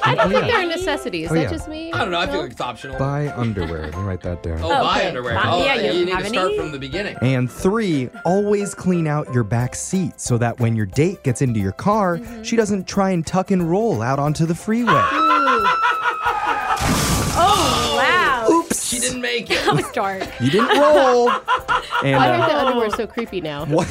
Speaker 5: I don't
Speaker 3: Oh,
Speaker 5: think
Speaker 3: yeah.
Speaker 5: they're necessities. Is
Speaker 3: Oh,
Speaker 5: that
Speaker 3: yeah.
Speaker 5: just me?
Speaker 6: I don't know. I feel like it's optional.
Speaker 3: Buy underwear. Let me write that down.
Speaker 6: Oh, buy
Speaker 5: Okay.
Speaker 6: underwear.
Speaker 5: Buy-
Speaker 6: Oh,
Speaker 5: yeah, you
Speaker 6: you,
Speaker 5: don't
Speaker 6: need
Speaker 5: have
Speaker 6: to start
Speaker 5: any?
Speaker 6: from the beginning.
Speaker 3: And three, always clean out your back seat so that when your date gets into your car, she doesn't try and tuck and roll out onto the freeway.
Speaker 5: Oh, wow.
Speaker 3: Oops.
Speaker 6: She didn't make it.
Speaker 5: That was dark.
Speaker 3: You didn't
Speaker 5: <laughs>
Speaker 3: roll. And,
Speaker 5: Why
Speaker 3: uh,
Speaker 5: are the underwear so creepy now?
Speaker 3: <laughs> What?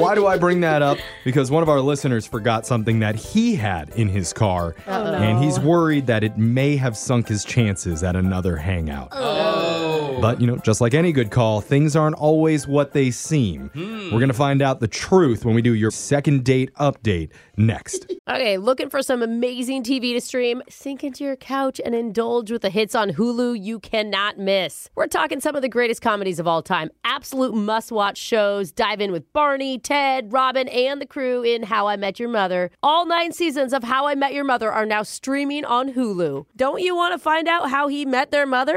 Speaker 3: Why do I bring that up? Because one of our listeners forgot something that he had in his car,
Speaker 5: Uh-oh.
Speaker 3: and he's worried that it may have sunk his chances at another hangout.
Speaker 6: Oh.
Speaker 3: But, you know, just like any good call, things aren't always what they seem. We're going to find out the truth when we do your second date update next.
Speaker 5: <laughs> Okay, looking for some amazing TV to stream? Sink into your couch and indulge with the hits on Hulu you cannot miss. We're talking some of the greatest comedies of all time, absolute must watch shows. Dive in with Barney, Ted, Robin, and the crew in How I Met Your Mother. All nine seasons of How I Met Your Mother are now streaming on Hulu. Don't you want to find out how he met their mother?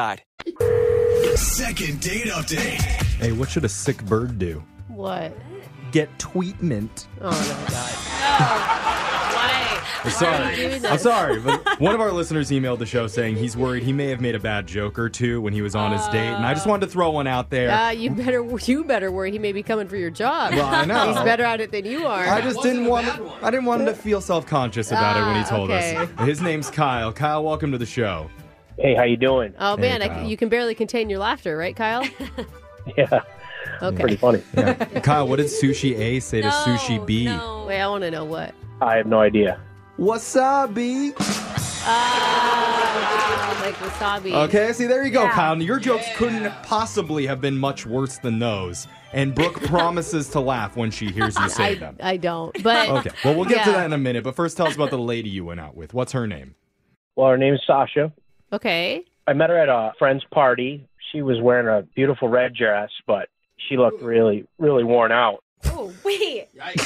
Speaker 14: Second date update.
Speaker 7: Hey, what should a sick bird do?
Speaker 5: What?
Speaker 7: Get tweetment.
Speaker 5: Oh my god.
Speaker 7: I'm
Speaker 5: Why do you do
Speaker 7: sorry.
Speaker 5: this?
Speaker 7: I'm sorry,
Speaker 5: <laughs>
Speaker 7: but one of our listeners emailed the show saying he's worried he may have made a bad joke or two when he was on his date, and I just wanted to throw one out there.
Speaker 5: Uh, you better you better worry he may be coming for your job.
Speaker 7: Well, I know.
Speaker 5: He's better at it than you are.
Speaker 7: I just didn't want I didn't want him to feel self-conscious about it when he
Speaker 5: Ah,
Speaker 7: told
Speaker 5: okay.
Speaker 7: us. His name's Kyle. Kyle, welcome to the show.
Speaker 2: Hey, how you doing?
Speaker 5: Oh
Speaker 7: Hey,
Speaker 5: man, I,
Speaker 7: Kyle.
Speaker 5: you can barely contain your laughter, right,
Speaker 7: <laughs>
Speaker 5: Kyle?
Speaker 2: <laughs> Yeah.
Speaker 5: Okay.
Speaker 2: Pretty funny.
Speaker 7: Kyle, what did sushi A say to sushi B?
Speaker 5: Wait, I want to know what.
Speaker 2: I have no idea.
Speaker 7: Wasabi.
Speaker 5: Ah, like wasabi.
Speaker 7: Okay, see there you go, Kyle. Your jokes couldn't possibly have been much worse than those. And
Speaker 5: <laughs>
Speaker 7: Brooke promises to laugh when she hears you say
Speaker 5: I,
Speaker 7: them.
Speaker 5: I don't. But
Speaker 7: Okay. Well, we'll get to
Speaker 5: Yeah.
Speaker 7: that in a minute. But first, tell us about the lady you went out with. What's her name?
Speaker 2: Well, her name's Sasha.
Speaker 5: Okay.
Speaker 2: I met her at a friend's party. She was wearing a beautiful red dress, but she looked really, really worn out.
Speaker 4: Oh
Speaker 5: <laughs>
Speaker 4: wait.
Speaker 5: That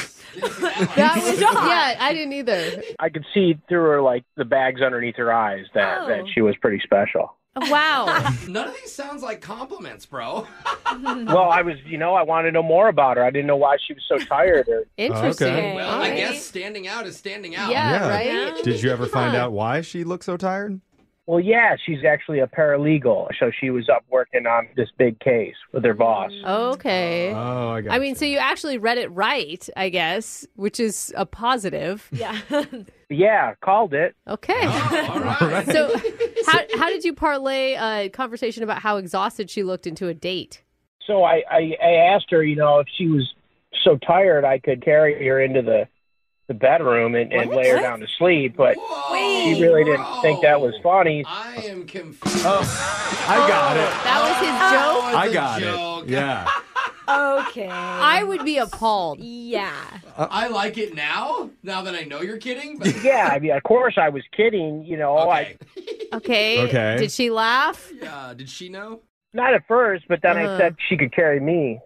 Speaker 5: was <laughs> yeah. I didn't either.
Speaker 2: I could see through her, like the bags underneath her eyes, that
Speaker 6: Oh.
Speaker 2: that she was pretty special.
Speaker 5: Wow.
Speaker 6: <laughs> None of these sounds like compliments,
Speaker 5: <laughs>
Speaker 6: bro.
Speaker 2: well, I was, you know, I wanted to know more about her. I didn't know why she was so tired.
Speaker 6: <laughs>
Speaker 2: Or...
Speaker 5: Interesting. Okay.
Speaker 6: Well, I
Speaker 5: Alright.
Speaker 6: guess standing out is standing out.
Speaker 7: Did you ever find out why she looked so tired?
Speaker 2: Well, yeah, she's actually a paralegal, so she was up working on this big case with her boss.
Speaker 5: Okay.
Speaker 7: Oh, I
Speaker 5: I mean, so you actually read it right, I guess, which is a positive. Yeah.
Speaker 2: yeah, called it.
Speaker 5: Okay. So, <laughs> how, how did you parlay a conversation about how exhausted she looked into a date?
Speaker 2: So I, I, I asked her, you know, if she was so tired, I could carry her into the the bedroom and, and
Speaker 6: What?
Speaker 2: lay her down to sleep, but
Speaker 6: Wait,
Speaker 2: she really didn't think that was funny. Oh.
Speaker 6: I am confused.
Speaker 7: I got it.
Speaker 5: That was his joke.
Speaker 7: I got it. Yeah.
Speaker 4: Okay.
Speaker 5: I would be appalled.
Speaker 4: Yeah.
Speaker 6: <laughs> I like it now. Now that I know you're
Speaker 7: <laughs>
Speaker 6: kidding, but
Speaker 2: yeah, I mean, of course I was kidding, you know. I
Speaker 5: Okay.
Speaker 2: Okay.
Speaker 5: Did she laugh?
Speaker 6: uh, did she know?
Speaker 2: not at first, but then
Speaker 6: Uh.
Speaker 2: I said she could carry me.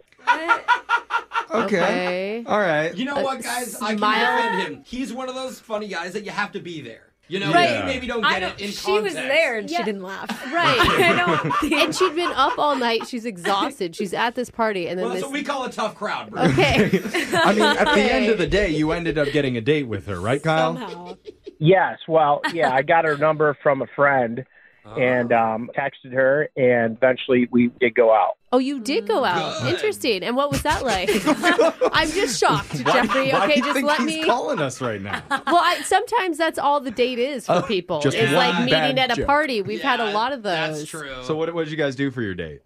Speaker 7: Okay. Uh, All right.
Speaker 6: You know what, guys? I
Speaker 2: smile.
Speaker 6: can defend him. He's one of those funny guys that you have to be there. You know,
Speaker 7: Right.
Speaker 6: you maybe don't
Speaker 4: I
Speaker 6: get
Speaker 4: don't-
Speaker 6: it in
Speaker 4: she was
Speaker 6: context.
Speaker 4: there and she didn't laugh.
Speaker 7: <laughs>
Speaker 5: <laughs> Right. and she'd been up all night. She's exhausted. She's at this party, and then
Speaker 6: Well, that's
Speaker 5: this.
Speaker 6: what we call a tough crowd, bro.
Speaker 5: Okay.
Speaker 7: <laughs> I mean, at the end of
Speaker 5: <laughs>
Speaker 7: the day, you ended up getting a date with her, right, Kyle?
Speaker 2: Yes, well, yeah, I got her number from a friend and um, texted her, and eventually we did go out.
Speaker 5: Oh, you did go
Speaker 7: Mm.
Speaker 5: out. Interesting. And what was that
Speaker 4: <laughs>
Speaker 5: like? I'm just shocked,
Speaker 7: <laughs> Why-
Speaker 5: Jeffrey.
Speaker 7: why do
Speaker 5: okay,
Speaker 7: you
Speaker 5: just
Speaker 7: think
Speaker 5: let
Speaker 7: he's
Speaker 5: me.
Speaker 7: calling us right now.
Speaker 5: well, I, sometimes that's all the date is for
Speaker 7: Oh,
Speaker 5: people.
Speaker 7: just
Speaker 5: It's
Speaker 7: one
Speaker 5: like
Speaker 7: bad
Speaker 5: meeting at a
Speaker 7: joke.
Speaker 5: party. We've had a lot of those. <laughs> That's true.
Speaker 7: So what, what did you guys do for your date?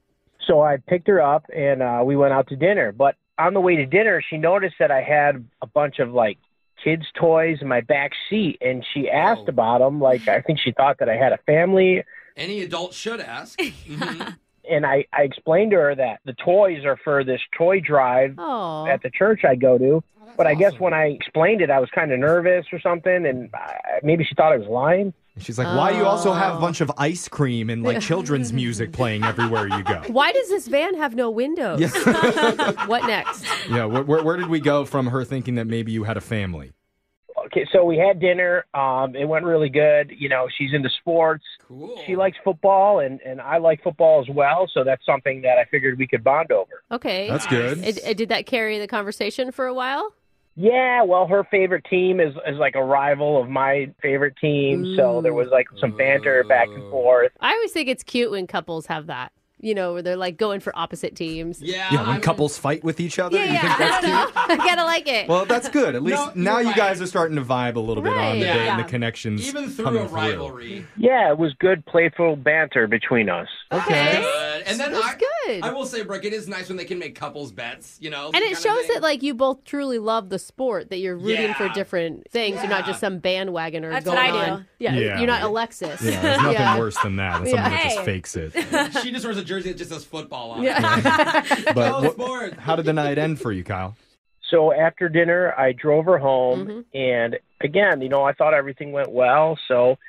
Speaker 2: So I picked her up, and uh, we went out to dinner. But on the way to dinner, she noticed that I had a bunch of like kids' toys in my back seat, and she asked about them. Like I think she thought that I had a family.
Speaker 6: Any adult should ask. Mhm.
Speaker 2: and I, I explained to her that the toys are for this toy drive
Speaker 5: Aw.
Speaker 2: at the church I go to. but I guess when I explained it, I was kind of nervous or something, and I, maybe she thought I was lying.
Speaker 7: She's like, why do you also have a bunch of ice cream and like
Speaker 5: <laughs>
Speaker 7: children's music playing everywhere you go?
Speaker 5: Why does this van have no windows? <laughs> what next?
Speaker 7: Yeah, where, where, where did we go from her thinking that maybe you had a family?
Speaker 2: Okay, so we had dinner. Um, it went really good. You know, she's into sports.
Speaker 6: Cool.
Speaker 2: She likes football, and and I like football as well. So that's something that I figured we could bond over.
Speaker 5: Okay.
Speaker 2: That's good.
Speaker 5: It, it- did that carry the conversation for a while?
Speaker 2: Yeah, well, her favorite team is is like a rival of my favorite team, so there was like some banter back and forth.
Speaker 5: I always think it's cute when couples have that. You know, where they're like going for opposite teams.
Speaker 6: Yeah.
Speaker 7: Yeah, when couples fight with each other,
Speaker 5: Um, Yeah,
Speaker 7: you
Speaker 5: yeah.
Speaker 7: think that's cute?
Speaker 5: I gotta like it.
Speaker 7: Well,
Speaker 5: <laughs>
Speaker 7: that's good. At least now you guys are starting to vibe a little bit on the
Speaker 2: Right.
Speaker 7: date and
Speaker 5: Yeah.
Speaker 7: the connections.
Speaker 6: Even through
Speaker 7: coming
Speaker 6: a rivalry.
Speaker 2: Yeah, it was good, playful banter between us.
Speaker 7: Okay.
Speaker 6: And then I,
Speaker 5: good.
Speaker 6: I will say, Brooke, it is nice when they can make couples bets, you know?
Speaker 5: And it shows that like you both truly love the sport that you're rooting for
Speaker 6: Yeah.
Speaker 5: different things. You're not
Speaker 6: Yeah.
Speaker 5: just some bandwagoner
Speaker 4: That's
Speaker 5: going
Speaker 4: what I do.
Speaker 5: on. Yeah,
Speaker 7: Yeah.
Speaker 5: you're not Alexis.
Speaker 7: Yeah, there's nothing
Speaker 5: <laughs> Yeah.
Speaker 7: worse than that. That's
Speaker 5: Yeah.
Speaker 7: something that just
Speaker 5: Hey.
Speaker 7: fakes
Speaker 5: <laughs>
Speaker 7: it.
Speaker 6: <laughs> she just wears a jersey that just says football on
Speaker 7: But what- how did the night end for you,
Speaker 5: <laughs>
Speaker 7: Kyle?
Speaker 2: So after dinner, I drove her home, and again, you know, I thought everything went well, so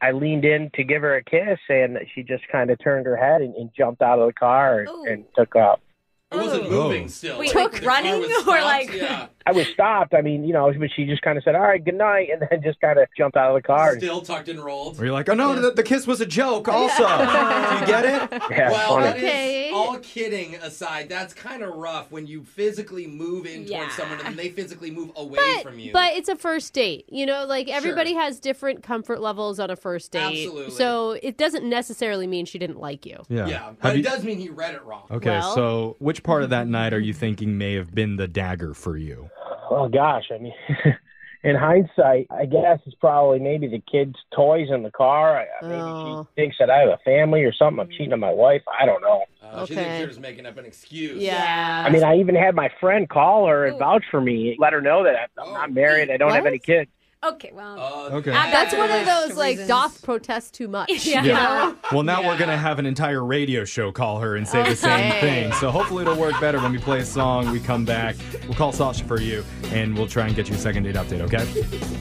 Speaker 2: I leaned in to give her a kiss, and she just kind of turned her head and, and jumped out of the car and, and took off.
Speaker 6: it. It wasn't
Speaker 7: Oh.
Speaker 6: moving still.
Speaker 4: Wait,
Speaker 6: Like,
Speaker 4: like
Speaker 6: the car
Speaker 4: running
Speaker 6: was
Speaker 4: or
Speaker 6: stopped,
Speaker 4: like?
Speaker 6: Yeah.
Speaker 2: I was stopped. I mean, you know, but she just kind of said, "All right, good night," and then just kind of jumped out of the car.
Speaker 6: Still tucked and rolled.
Speaker 7: Were you like, oh no, the, the kiss was a joke? <laughs> Also, do you get it?
Speaker 2: Yeah,
Speaker 6: well,
Speaker 2: funny.
Speaker 6: that is- all kidding aside, that's kind of rough when you physically move in towards someone and they physically move away from you.
Speaker 5: <laughs> But it's a first date. You know, like everybody has different comfort levels on a first date.
Speaker 6: Absolutely.
Speaker 5: So it doesn't necessarily mean she didn't like you.
Speaker 7: Yeah.
Speaker 6: but
Speaker 7: Have
Speaker 6: it
Speaker 7: you-
Speaker 6: does mean he read it wrong.
Speaker 7: Okay, so which part of that night are you thinking may have been the dagger for you?
Speaker 2: Oh gosh, I mean, <laughs> in hindsight, I guess it's probably maybe the kids' toys in the car. I, I, maybe she thinks that I have a family or something. I'm cheating on my wife. I don't know.
Speaker 6: Uh, She thinks you're just making up an excuse.
Speaker 5: Yeah.
Speaker 2: I mean, I even had my friend call her and vouch for me, let her know that I'm
Speaker 6: Oh.
Speaker 2: I'm not married, I don't have any kids.
Speaker 5: Okay, well.
Speaker 6: Uh,
Speaker 7: Okay.
Speaker 5: That's one of
Speaker 4: That's the
Speaker 5: those like
Speaker 4: reasons.
Speaker 5: doth protest too
Speaker 6: <laughs>
Speaker 5: much.
Speaker 4: Yeah.
Speaker 5: You know?
Speaker 7: Well, now we're going to have an entire radio show call her and say the same
Speaker 5: Okay.
Speaker 7: thing. So hopefully it'll work better when we play a song, we come back, we'll call Sasha for you, and we'll try and get you a second date update, okay?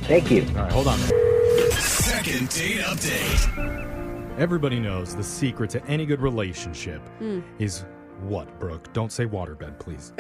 Speaker 2: Thank you.
Speaker 7: All right, hold on.
Speaker 16: Second date update.
Speaker 7: Everybody knows the secret to any good relationship
Speaker 5: Hmm.
Speaker 7: is what, Brooke? Don't say waterbed, please.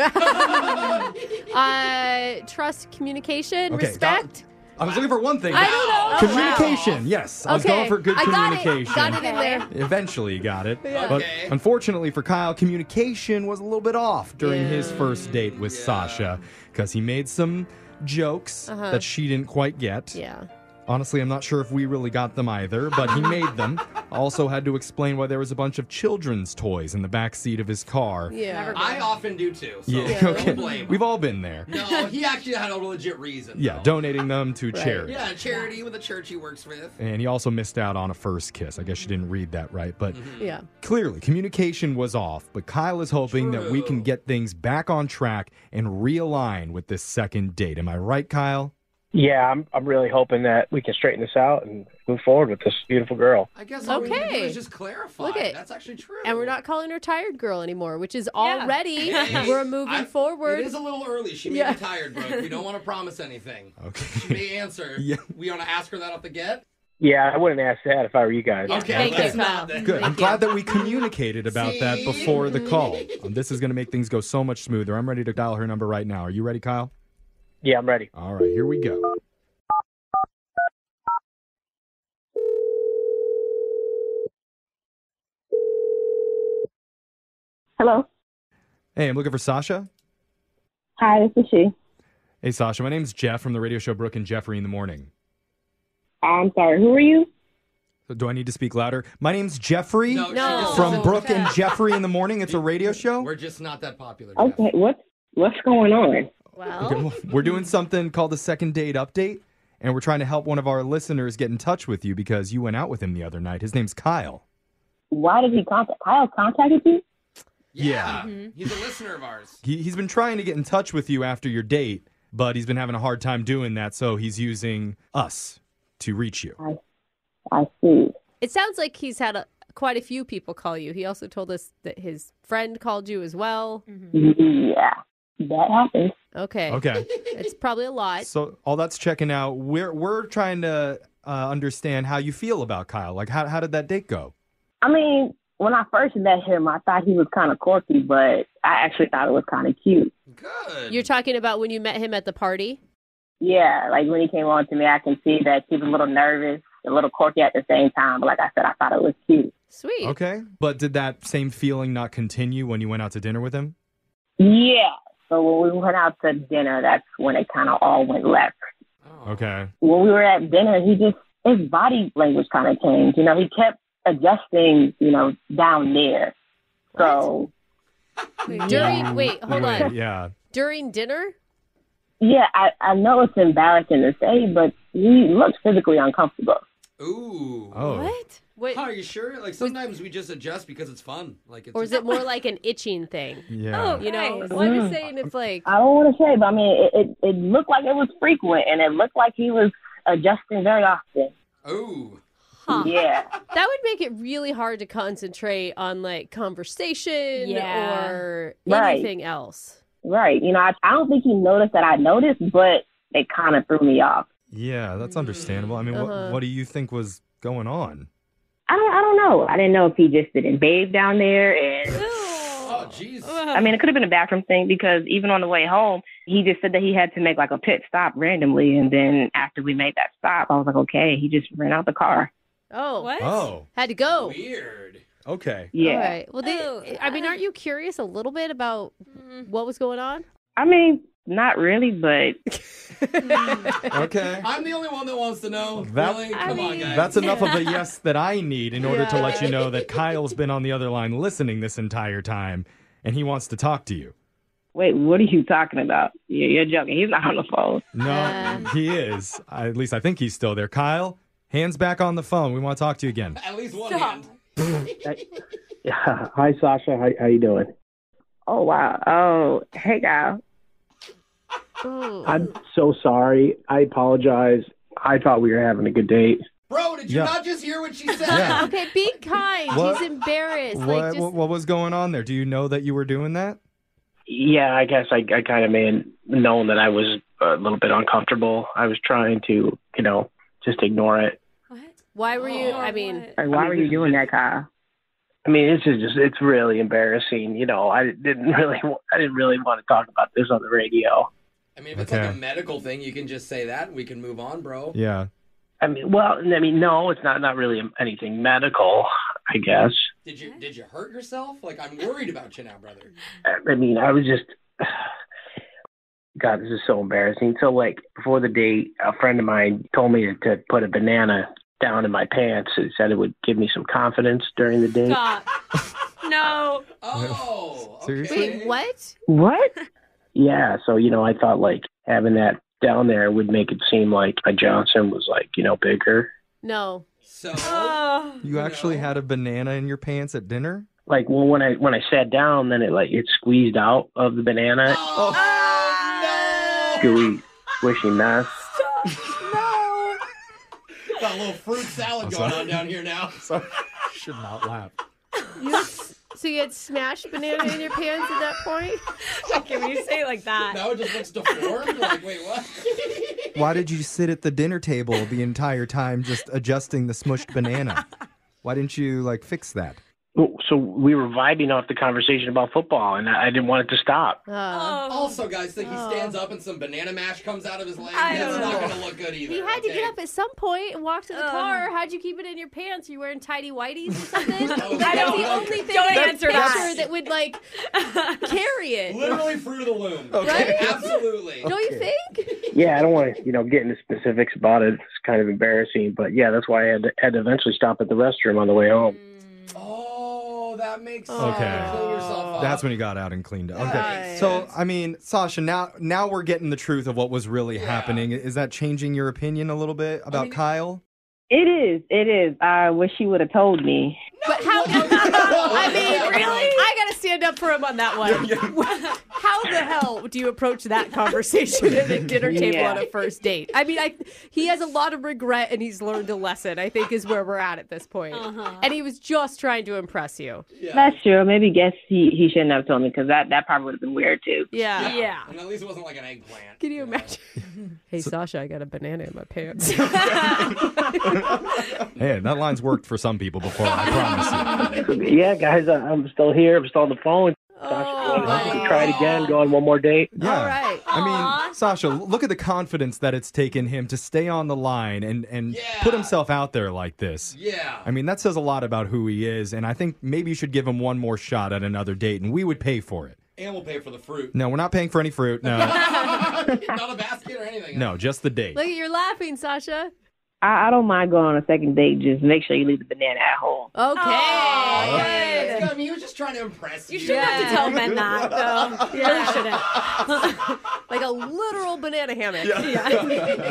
Speaker 5: <laughs> uh, trust, communication,
Speaker 7: Okay, that-
Speaker 5: respect.
Speaker 7: I was looking for one thing.
Speaker 5: I don't know. Oh, wow.
Speaker 7: Communication, yes. I was
Speaker 5: Okay,
Speaker 7: going for good
Speaker 5: I got it.
Speaker 7: communication.
Speaker 5: Got it in there.
Speaker 7: Eventually, you got it.
Speaker 5: Yeah.
Speaker 7: But
Speaker 5: Okay.
Speaker 7: unfortunately for Kyle, communication was a little bit off during his first date with Sasha because he made some jokes
Speaker 5: Uh-huh.
Speaker 7: that she didn't quite get.
Speaker 5: Yeah.
Speaker 7: Honestly, I'm not sure if we really got them either, but he made them. Also, had to explain why there was a bunch of children's toys in the back seat of his car.
Speaker 6: Yeah. I often do too. So
Speaker 7: Yeah,
Speaker 6: don't
Speaker 7: <laughs> okay.
Speaker 6: blame.
Speaker 7: We've all been there.
Speaker 6: No, he actually had a legit reason.
Speaker 7: Yeah, donating them to charity.
Speaker 6: Yeah, charity with a church he works with.
Speaker 7: And he also missed out on a first kiss. I guess you didn't read that right, but
Speaker 6: Mm-hmm. Hmm.
Speaker 5: Yeah.
Speaker 7: clearly communication was off. But Kyle is hoping that we can get things back on track and realign with this second date. Am I right, Kyle?
Speaker 2: Yeah, I'm I'm really hoping that we can straighten this out and move forward with this beautiful girl.
Speaker 6: I guess all we need to do
Speaker 5: Okay.
Speaker 6: is just clarify.
Speaker 5: Look at
Speaker 6: That's actually true.
Speaker 5: And we're not calling her tired girl anymore, which is
Speaker 6: <laughs>
Speaker 5: already
Speaker 6: Hey,
Speaker 5: we're moving
Speaker 6: I-
Speaker 5: forward.
Speaker 6: It is a little early. She may
Speaker 5: Yeah.
Speaker 6: be tired, bro. We
Speaker 5: <laughs>
Speaker 6: don't want to promise anything. Okay. She may answer.
Speaker 7: Yeah.
Speaker 6: We want to ask her that off the get.
Speaker 2: Yeah, I wouldn't ask that if I were you guys.
Speaker 6: Okay, Thank let's you, not Kyle. then.
Speaker 7: Good. I'm
Speaker 6: Thank
Speaker 7: glad that we communicated about that
Speaker 6: See?
Speaker 7: before the call. Um, this is going to make things go so much smoother. I'm ready to dial her number right now. Are you ready, Kyle?
Speaker 2: Yeah, I'm ready.
Speaker 7: All right, here we go.
Speaker 17: Hello.
Speaker 7: Hey, I'm looking for Sasha.
Speaker 17: Hi, this is she.
Speaker 7: Hey, Sasha. My name's Jeff from the radio show Brooke and Jeffrey in the Morning.
Speaker 17: I'm sorry. Who are you?
Speaker 7: Do I need to speak louder? My name's Jeffrey
Speaker 6: No, she just
Speaker 7: from
Speaker 6: doesn't-
Speaker 7: Brooke and Jeffrey in the Morning. It's a radio show.
Speaker 6: We're just not that popular.
Speaker 17: Okay. What What's going on?
Speaker 7: Okay, well, we're doing something called the second date update, and we're trying to help one of our listeners get in touch with you because you went out with him the other night. His name's Kyle.
Speaker 17: Why did he contact? Kyle contacted you?
Speaker 7: Yeah.
Speaker 6: He's a listener of ours.
Speaker 7: He, he's been trying to get in touch with you after your date, but he's been having a hard time doing that, so he's using us to reach you.
Speaker 17: I see.
Speaker 5: It sounds like he's had a, quite a few people call you. He also told us that his friend called you as well.
Speaker 7: Mm-hmm.
Speaker 17: Yeah, that happens.
Speaker 5: Okay.
Speaker 7: Okay.
Speaker 5: it's probably a lot.
Speaker 7: So all that's checking out. We're we're trying to uh, understand how you feel about Kyle. Like, how how did that date go?
Speaker 17: I mean, when I first met him, I thought he was kind of quirky, but I actually thought it was kind of cute.
Speaker 5: You're talking about when you met him at the party?
Speaker 17: Yeah, like when he came on to me, I can see that he was a little nervous, a little quirky at the same time. But like I said, I thought it was cute.
Speaker 5: Sweet.
Speaker 7: Okay. But did that same feeling not continue when you went out to dinner with him?
Speaker 17: Yeah. So when we went out to dinner, that's when it kind of all went left.
Speaker 7: Okay.
Speaker 17: When we were at dinner, he just his body language kind of changed. You know, he kept adjusting. You know, down there. So um,
Speaker 5: During wait, hold
Speaker 17: Wait,
Speaker 5: on.
Speaker 7: Yeah.
Speaker 5: During dinner?
Speaker 17: Yeah, I, I know it's embarrassing to say, but he looks physically uncomfortable.
Speaker 6: Ooh.
Speaker 18: Oh. What?
Speaker 5: Wait.
Speaker 6: Are you sure? Like sometimes we just adjust because it's fun. Like it's
Speaker 5: Or is it more like an
Speaker 6: <laughs>
Speaker 5: itching thing? Oh,
Speaker 18: Yeah.
Speaker 5: You know,
Speaker 17: Nice.
Speaker 5: well, I'm just
Speaker 17: Mm.
Speaker 5: saying it's like.
Speaker 17: I don't want to say, but I mean, it, it, it looked like it was frequent, and it looked like he was adjusting very often.
Speaker 6: Ooh.
Speaker 5: Huh.
Speaker 17: Yeah.
Speaker 5: That would make it really hard to concentrate on like conversation
Speaker 17: Yeah.
Speaker 5: or
Speaker 17: Right.
Speaker 5: anything else.
Speaker 17: Right. You know, I, I don't think he noticed that I noticed, but it kind of threw me off.
Speaker 7: Yeah, that's understandable. I mean,
Speaker 17: Uh-huh.
Speaker 7: what, what do you think was going on?
Speaker 17: I don't, I don't know. I didn't know if he just didn't bathe down there. And
Speaker 6: Oh, jeez.
Speaker 17: I mean, it could have been a bathroom thing because even on the way home, he just said that he had to make like a pit stop randomly. And then after we made that stop, I was like, okay, he just ran out the car.
Speaker 5: Oh. What?
Speaker 7: Oh.
Speaker 5: Had to go.
Speaker 6: Weird.
Speaker 7: Okay.
Speaker 17: Yeah.
Speaker 5: All right. Well, they, Oh, I Mm-hmm. mean, aren't you curious a little bit about what was going on?
Speaker 17: I mean, not really, but
Speaker 7: Okay.
Speaker 6: I'm the only one that wants to know.
Speaker 7: That-
Speaker 6: really? Come on, guys.
Speaker 7: That's enough
Speaker 6: <laughs>
Speaker 7: of a yes that I need in order to
Speaker 6: Yeah.
Speaker 7: let you know that Kyle's been on the other line listening this entire time and he wants to talk to you.
Speaker 17: wait, what are you talking about? You're, you're joking. He's not on the phone.
Speaker 7: No, he is. I- At least I think he's still there. Kyle, hands back on the phone. We want to talk to you again.
Speaker 6: At least one hand.
Speaker 2: <laughs> Hi, Sasha. How, how you doing?
Speaker 17: <laughs> Oh, wow. Oh, hey, guy.
Speaker 2: I'm so sorry. I apologize. I thought we were having a good date.
Speaker 6: Bro, did you
Speaker 7: Yeah.
Speaker 6: not just hear what she said?
Speaker 7: Yeah.
Speaker 5: <laughs> Okay, be kind.
Speaker 7: What-
Speaker 5: He's embarrassed.
Speaker 7: What,
Speaker 5: like, just
Speaker 7: what, what was going on there? Do you know that you were doing that?
Speaker 2: Yeah, I guess I, I kind of may have known that I was a little bit uncomfortable. I was trying to, you know, just ignore it.
Speaker 5: why were you? I mean,
Speaker 17: Like, why were you doing that, Kyle?
Speaker 2: I mean, this is just—it's really embarrassing. You know, I didn't <laughs> really—I didn't really want to talk about this on the radio.
Speaker 6: I mean, if it's like a medical thing, you can just say that and we can move on, bro.
Speaker 7: Yeah.
Speaker 2: I mean, well, I mean, no, it's not not really anything medical, I guess.
Speaker 6: Did you did you hurt yourself? Like I'm worried about you now, brother.
Speaker 2: I mean, I was just. <sighs> God, this is so embarrassing. So, like, before the date, a friend of mine told me to, to put a banana down in my pants. He said it would give me some confidence during the date.
Speaker 4: Stop.
Speaker 5: no.
Speaker 6: <laughs> Oh.
Speaker 5: Wait, what?
Speaker 2: What? Yeah, so you know, I thought like having that down there would make it seem like my Johnson was like you know bigger.
Speaker 5: No.
Speaker 6: So.
Speaker 4: Oh.
Speaker 7: You actually had a banana in your pants at dinner?
Speaker 2: Like, well, when I when I sat down, then it like it squeezed out of the banana.
Speaker 6: Oh,
Speaker 2: Gooey, wishy mess.
Speaker 6: no. Got a little fruit salad
Speaker 7: I'm
Speaker 6: going
Speaker 7: <laughs> sorry.
Speaker 6: on down here now.
Speaker 7: Should not laugh.
Speaker 5: You had, so you had smashed banana in your pants at that point?
Speaker 4: <laughs> Okay, when you say it like that.
Speaker 6: Now it just looks deformed. like, wait,
Speaker 5: <laughs>
Speaker 6: what?
Speaker 7: Why did you sit at the dinner table the entire time just adjusting the smushed banana? Why didn't you like fix that?
Speaker 2: Well, So we were vibing off the conversation about football, and I I didn't want it to stop.
Speaker 6: also, guys, think he stands up and some banana mash comes out of his leg.
Speaker 5: I
Speaker 6: That's
Speaker 5: don't
Speaker 6: not
Speaker 5: know.
Speaker 6: gonna look good either.
Speaker 5: He had to get up at some point and walk to the
Speaker 4: Ugh.
Speaker 5: car. Howd you keep it in your pants? Are you wearing tidy whities or something?
Speaker 6: <laughs> Oh,
Speaker 4: don't
Speaker 5: Like, that's the
Speaker 4: know.
Speaker 5: only thing
Speaker 4: Don't
Speaker 5: in your
Speaker 4: answer
Speaker 5: picture
Speaker 4: that.
Speaker 5: that would like carry it.
Speaker 6: Literally <laughs> fruit of the loom.
Speaker 5: Okay. Right?
Speaker 6: Absolutely.
Speaker 5: Don't you think?
Speaker 2: Yeah, I don't want to you know get into specifics about it. It's kind of embarrassing, but yeah, that's why I had to, had to eventually stop at the restroom on the way home.
Speaker 6: Oh, that makes sense.
Speaker 7: Okay.
Speaker 6: Clean yourself up.
Speaker 7: That's when you got out and cleaned up. Okay. So, I mean, Sasha, now now we're getting the truth of what was really happening. Is that changing your opinion a little bit about Kyle?
Speaker 17: It is. It is. I wish he would have told me.
Speaker 5: But how?
Speaker 6: <laughs>
Speaker 5: I mean,
Speaker 4: Really?
Speaker 5: I gotta stand up for him on that one. <laughs> how the hell do you
Speaker 6: <laughs>
Speaker 5: approach that conversation at a dinner table
Speaker 17: Yeah.
Speaker 5: on a first date? I mean, I he has a lot of regret and he's learned a lesson. I think is where we're at at this point. And he was just trying to impress you.
Speaker 17: That's true. Maybe guess he, he shouldn't have told me because that, that probably would have been weird too.
Speaker 5: Yeah.
Speaker 6: And at least it wasn't like an eggplant.
Speaker 5: Can you imagine? Hey Sasha, I got a banana in
Speaker 6: <laughs>
Speaker 5: my pants.
Speaker 7: Hey, that line's worked for some people before, I promise you.
Speaker 2: <laughs> Yeah, guys, I- I'm still here. I'm still on the phone. Gosh, we try it again. Go on one more date.
Speaker 7: Yeah. All right. I mean, Sasha, look at the confidence that it's taken him to stay on the line and and put himself out there like this.
Speaker 6: Yeah.
Speaker 7: I mean, that says a lot about who he is, and I think maybe you should give him one more shot at another date, and we would pay for it.
Speaker 6: And we'll pay for
Speaker 7: <laughs>
Speaker 6: the fruit.
Speaker 7: No, we're not paying for any fruit.
Speaker 6: <laughs>
Speaker 7: No,
Speaker 6: not a basket or anything.
Speaker 7: no, just the date.
Speaker 5: Look at you're laughing, Sasha.
Speaker 17: I, I don't mind going on a second date. Just make sure you leave the banana at home.
Speaker 5: Okay.
Speaker 6: Oh, It's good. I mean, he was just trying to impress you. <laughs>
Speaker 4: You shouldn't have to tell men that, though. You really shouldn't.
Speaker 19: <laughs> like a literal banana hammock.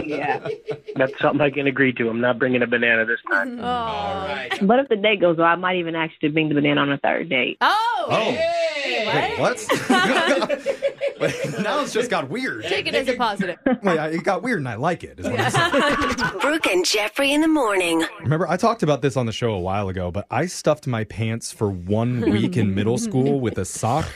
Speaker 2: Yeah. That's something I can agree to. I'm not bringing a banana this time.
Speaker 19: Oh,
Speaker 17: Oh. But if the date goes well, I might even actually bring the banana on a third date.
Speaker 19: Oh.
Speaker 7: Oh.
Speaker 19: Hey,
Speaker 7: what? <laughs> now it's just got
Speaker 5: Oh.
Speaker 7: weird.
Speaker 17: Take it as a positive.
Speaker 7: Wait, I- Uh, it got weird and I like it.
Speaker 5: <laughs>
Speaker 9: Brooke and Jeffrey in the morning.
Speaker 7: Remember, I talked about this on the show a while ago, but I stuffed my pants for
Speaker 5: <laughs>
Speaker 7: one week in middle school with a sock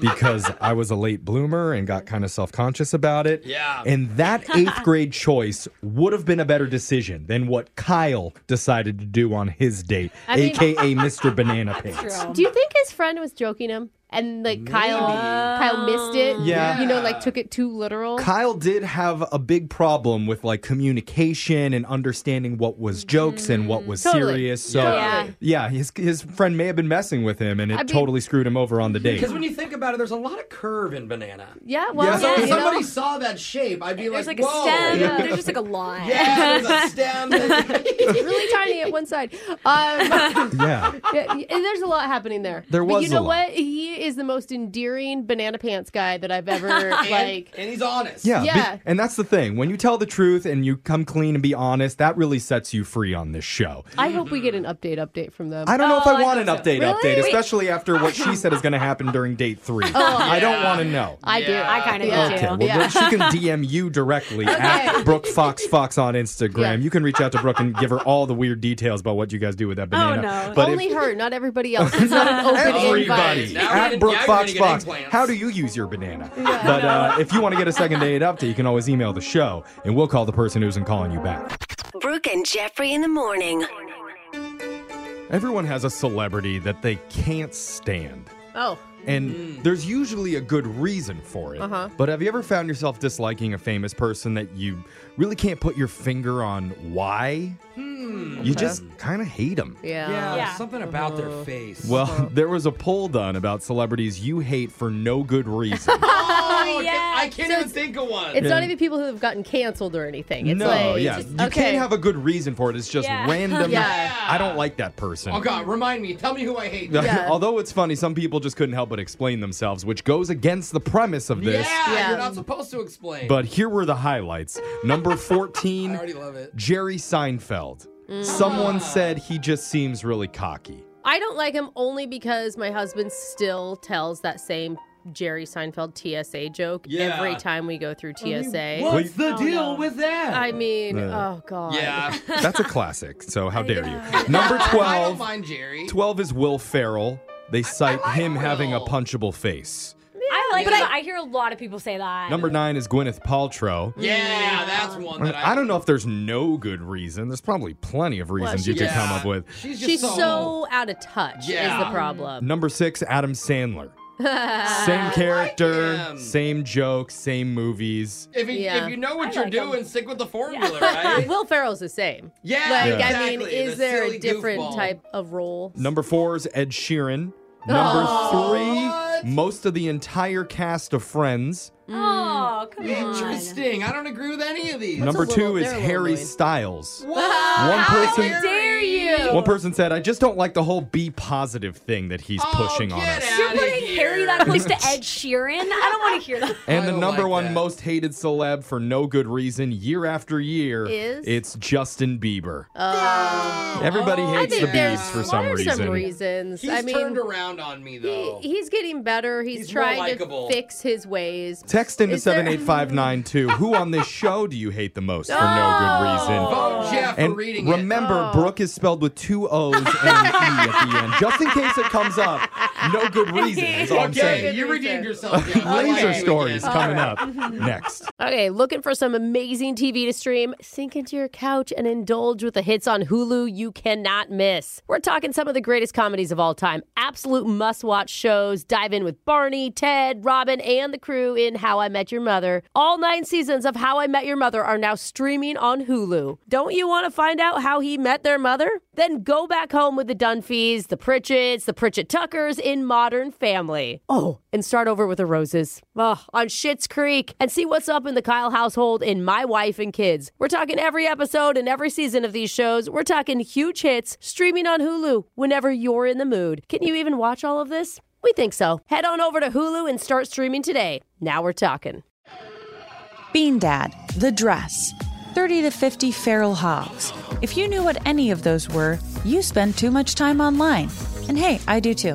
Speaker 7: because I was a late bloomer and got kind of self conscious about it.
Speaker 6: Yeah.
Speaker 7: And that eighth grade choice would have been a better decision than what Kyle decided to do on his date,
Speaker 5: I mean- <laughs>
Speaker 7: aka Mr. Banana Pants.
Speaker 5: Do you think his friend was joking him? And like Kyle, Kyle missed it.
Speaker 7: Yeah.
Speaker 5: you know, like took it too literal.
Speaker 7: Kyle did have a big problem with like communication and understanding what was jokes and what was
Speaker 5: Totally.
Speaker 7: serious. So
Speaker 6: Yeah.
Speaker 7: yeah.
Speaker 6: Totally.
Speaker 7: his his friend may have been messing with him and it
Speaker 6: I mean-
Speaker 7: totally screwed him over on the date.
Speaker 6: Because when you think about it, there's a lot of curve in banana.
Speaker 5: Yeah,
Speaker 19: well,
Speaker 6: So
Speaker 19: yeah,
Speaker 6: if
Speaker 19: you
Speaker 6: somebody
Speaker 19: know.
Speaker 6: saw that shape, I'd be
Speaker 19: There's
Speaker 6: like,
Speaker 19: like a
Speaker 6: whoa.
Speaker 19: stem, Yeah. there's
Speaker 6: <laughs>
Speaker 19: just like a line.
Speaker 6: Yeah,
Speaker 19: <laughs>
Speaker 6: there's
Speaker 5: <laughs>
Speaker 6: a stem.
Speaker 5: It's really tiny at one side.
Speaker 19: <laughs>
Speaker 5: Um,
Speaker 7: yeah.
Speaker 5: Yeah, y- and there's a lot happening there.
Speaker 7: There
Speaker 5: But
Speaker 7: was
Speaker 5: you
Speaker 7: a
Speaker 5: know
Speaker 7: lot.
Speaker 5: what? He is the most endearing banana pants guy that I've
Speaker 19: <laughs>
Speaker 5: ever
Speaker 6: And-
Speaker 5: like.
Speaker 6: And he's honest.
Speaker 7: Yeah, be-
Speaker 5: Yeah.
Speaker 7: and that's the thing. When you tell the truth and you come clean and be honest, that really sets you free on this show.
Speaker 5: I hope we get an update update from them. Oh,
Speaker 7: I don't know if I want an update
Speaker 5: Really? Oh,
Speaker 7: update,
Speaker 5: Wait.
Speaker 7: especially after what she said is going to happen during date three.
Speaker 5: <laughs>
Speaker 7: I don't want to know.
Speaker 5: I do. I kind of
Speaker 7: Okay, well, then she
Speaker 5: <laughs>
Speaker 7: can DM you directly at Brooke Fox Fox on Instagram. You can reach out to Brooke and give her all the weird details about what you guys do with that
Speaker 6: Oh,
Speaker 7: banana. But
Speaker 5: Oh, Only
Speaker 7: if
Speaker 5: her, not everybody else. It's
Speaker 7: <laughs>
Speaker 5: not an open invite.
Speaker 7: everybody at Brooke Fox
Speaker 6: gonna
Speaker 7: Fox, how do you use your
Speaker 5: <laughs>
Speaker 7: banana? But uh, if you want to get a second date update, you can always email the show, and we'll call the person who isn't calling you back.
Speaker 9: Brooke and Jeffrey in the morning.
Speaker 7: Everyone has a celebrity that they can't stand.
Speaker 5: Oh.
Speaker 7: And
Speaker 6: Mm.
Speaker 7: there's usually a good reason for it.
Speaker 5: Uh-huh.
Speaker 7: But have you ever found yourself disliking a famous person that you really can't put your finger on why?
Speaker 5: Mm.
Speaker 7: You just kind of hate them.
Speaker 5: Yeah.
Speaker 6: Hmm.
Speaker 5: Uh-huh.
Speaker 6: Yeah,
Speaker 5: Yeah.
Speaker 6: something
Speaker 7: <laughs>
Speaker 6: about their face.
Speaker 7: Uh-huh. Well, there was a poll done about celebrities you hate for no good reason.
Speaker 6: oh,
Speaker 5: yeah.
Speaker 6: I can't even think of one.
Speaker 5: It's not
Speaker 7: Yeah.
Speaker 5: even people who have gotten canceled or anything. <laughs> It's
Speaker 7: no,
Speaker 5: like,
Speaker 7: yeah.
Speaker 5: just-
Speaker 7: you
Speaker 5: okay.
Speaker 7: can't have a good reason for it. It's just
Speaker 5: Yeah. <laughs>
Speaker 7: random.
Speaker 5: Yeah.
Speaker 7: I don't like that person. <laughs>
Speaker 6: Oh, God, remind me. Tell me who I hate.
Speaker 7: Although it's funny, some people just couldn't help but explain themselves, which goes against the premise of this.
Speaker 6: Yeah, you're not supposed to explain.
Speaker 7: But here were the highlights.
Speaker 6: <laughs>
Speaker 7: Number 14,
Speaker 6: I already love it. Ah.
Speaker 7: Jerry Seinfeld.
Speaker 5: Mm.
Speaker 7: Someone said he just seems really cocky.
Speaker 5: I don't like him only because my husband still tells that same Jerry Seinfeld TSA joke
Speaker 6: Yeah.
Speaker 5: every time we go through TSA.
Speaker 7: what's the
Speaker 5: Oh,
Speaker 7: deal
Speaker 5: no.
Speaker 6: with that?
Speaker 5: I mean,
Speaker 7: Uh,
Speaker 5: oh
Speaker 6: <laughs>
Speaker 5: god. <laughs>
Speaker 6: Yeah.
Speaker 7: That's a classic, so how dare you? Number
Speaker 6: I don't
Speaker 7: 12.
Speaker 6: mind Jerry.
Speaker 7: 12 is Will Ferrell. They cite him having a punchable face.
Speaker 4: I like. But I, hear a lot of people say that. Um,
Speaker 7: Number 9 is Gwyneth Paltrow.
Speaker 6: Yeah, that's one that I.
Speaker 7: I don't know if there's no good reason. There's probably plenty of reasons
Speaker 5: she
Speaker 7: you could
Speaker 5: just-
Speaker 7: come up with.
Speaker 5: She's, so, out of touch is the problem.
Speaker 7: Number 6, Adam Sandler.
Speaker 5: <laughs>
Speaker 7: Same character, same joke, same movies.
Speaker 6: If, you
Speaker 5: Yeah.
Speaker 6: if you know what
Speaker 5: I
Speaker 6: you're
Speaker 5: like
Speaker 6: doing, stick with the formula, right?
Speaker 5: <laughs> Will Ferrell's the same.
Speaker 6: Yeah,
Speaker 5: Like, I mean,
Speaker 6: exactly,
Speaker 5: is
Speaker 6: the
Speaker 5: there
Speaker 6: silly
Speaker 5: a different
Speaker 6: goofball.
Speaker 5: type of role?
Speaker 7: Number four is Ed Sheeran. Number
Speaker 6: Oh,
Speaker 7: three, most of the entire cast of Friends.
Speaker 5: Mm.
Speaker 4: Oh, come
Speaker 6: Interesting. I don't agree with any of these.
Speaker 7: Number two is Harry Styles. One
Speaker 6: How
Speaker 7: person-
Speaker 4: dare you?
Speaker 7: One person said, I just don't like the whole be positive thing that
Speaker 4: Oh,
Speaker 7: he's pushing on us.
Speaker 4: You're putting Harry that close to Ed Sheeran. I don't want to hear that.
Speaker 7: And the number one most hated celeb for no good reason, year after year,
Speaker 4: Is?
Speaker 7: it's Justin Bieber.
Speaker 5: Oh.
Speaker 7: Everybody hates
Speaker 5: I
Speaker 7: the
Speaker 5: think there's
Speaker 7: Biebs for some
Speaker 5: there are
Speaker 7: reason.
Speaker 5: some reasons.
Speaker 6: He's
Speaker 5: I mean,
Speaker 6: turned around on me though.
Speaker 5: He, he's getting better. He's,
Speaker 6: more
Speaker 5: trying
Speaker 6: likable.
Speaker 5: to fix his ways.
Speaker 7: Text into
Speaker 5: Is there-
Speaker 7: 78592. Who on
Speaker 6: <laughs>
Speaker 7: this show do you hate the most for no, good reason?
Speaker 6: Vote Jeff for
Speaker 7: and
Speaker 6: reading it. Oh.
Speaker 7: remember, Brooke is spelled with two O's and an E at the end, just in case it comes up. No
Speaker 6: <laughs>
Speaker 7: good <laughs> reason is all I'm
Speaker 6: okay,
Speaker 7: saying.
Speaker 6: you redeemed yourself. Jeff.
Speaker 5: <laughs>
Speaker 6: I like
Speaker 7: <laughs> Laser
Speaker 6: you
Speaker 7: stories
Speaker 6: again.
Speaker 7: coming up next.
Speaker 5: Okay, looking for some amazing TV to stream? Sink into your couch and indulge with the hits on Hulu you cannot miss. We're talking some of the greatest comedies of all time, absolute must watch shows. Dive in with Barney, Ted, Robin, and the crew in How I Met Your Mother. All nine seasons of How I Met Your Mother are now streaming on Hulu. Don't you want to find out how he met their mother? Then go back home with the Dunphys, the Pritchett's, the Pritchett Tuckers in Modern Family. Oh, and start over with the Roses. Ugh, on Schitt's Creek and see what's up in the Kyle household in My Wife and Kids. We're talking every episode and every season of these shows. We're talking huge hits streaming on Hulu whenever you're in the mood. Can you even watch all of this? We think so. Head on over to Hulu and start streaming today. Now we're talking.
Speaker 20: Bean Dad, The Dress, 30 to 50 Feral Hogs. If you knew what any of those were, you spend too much time online. And hey, I do too.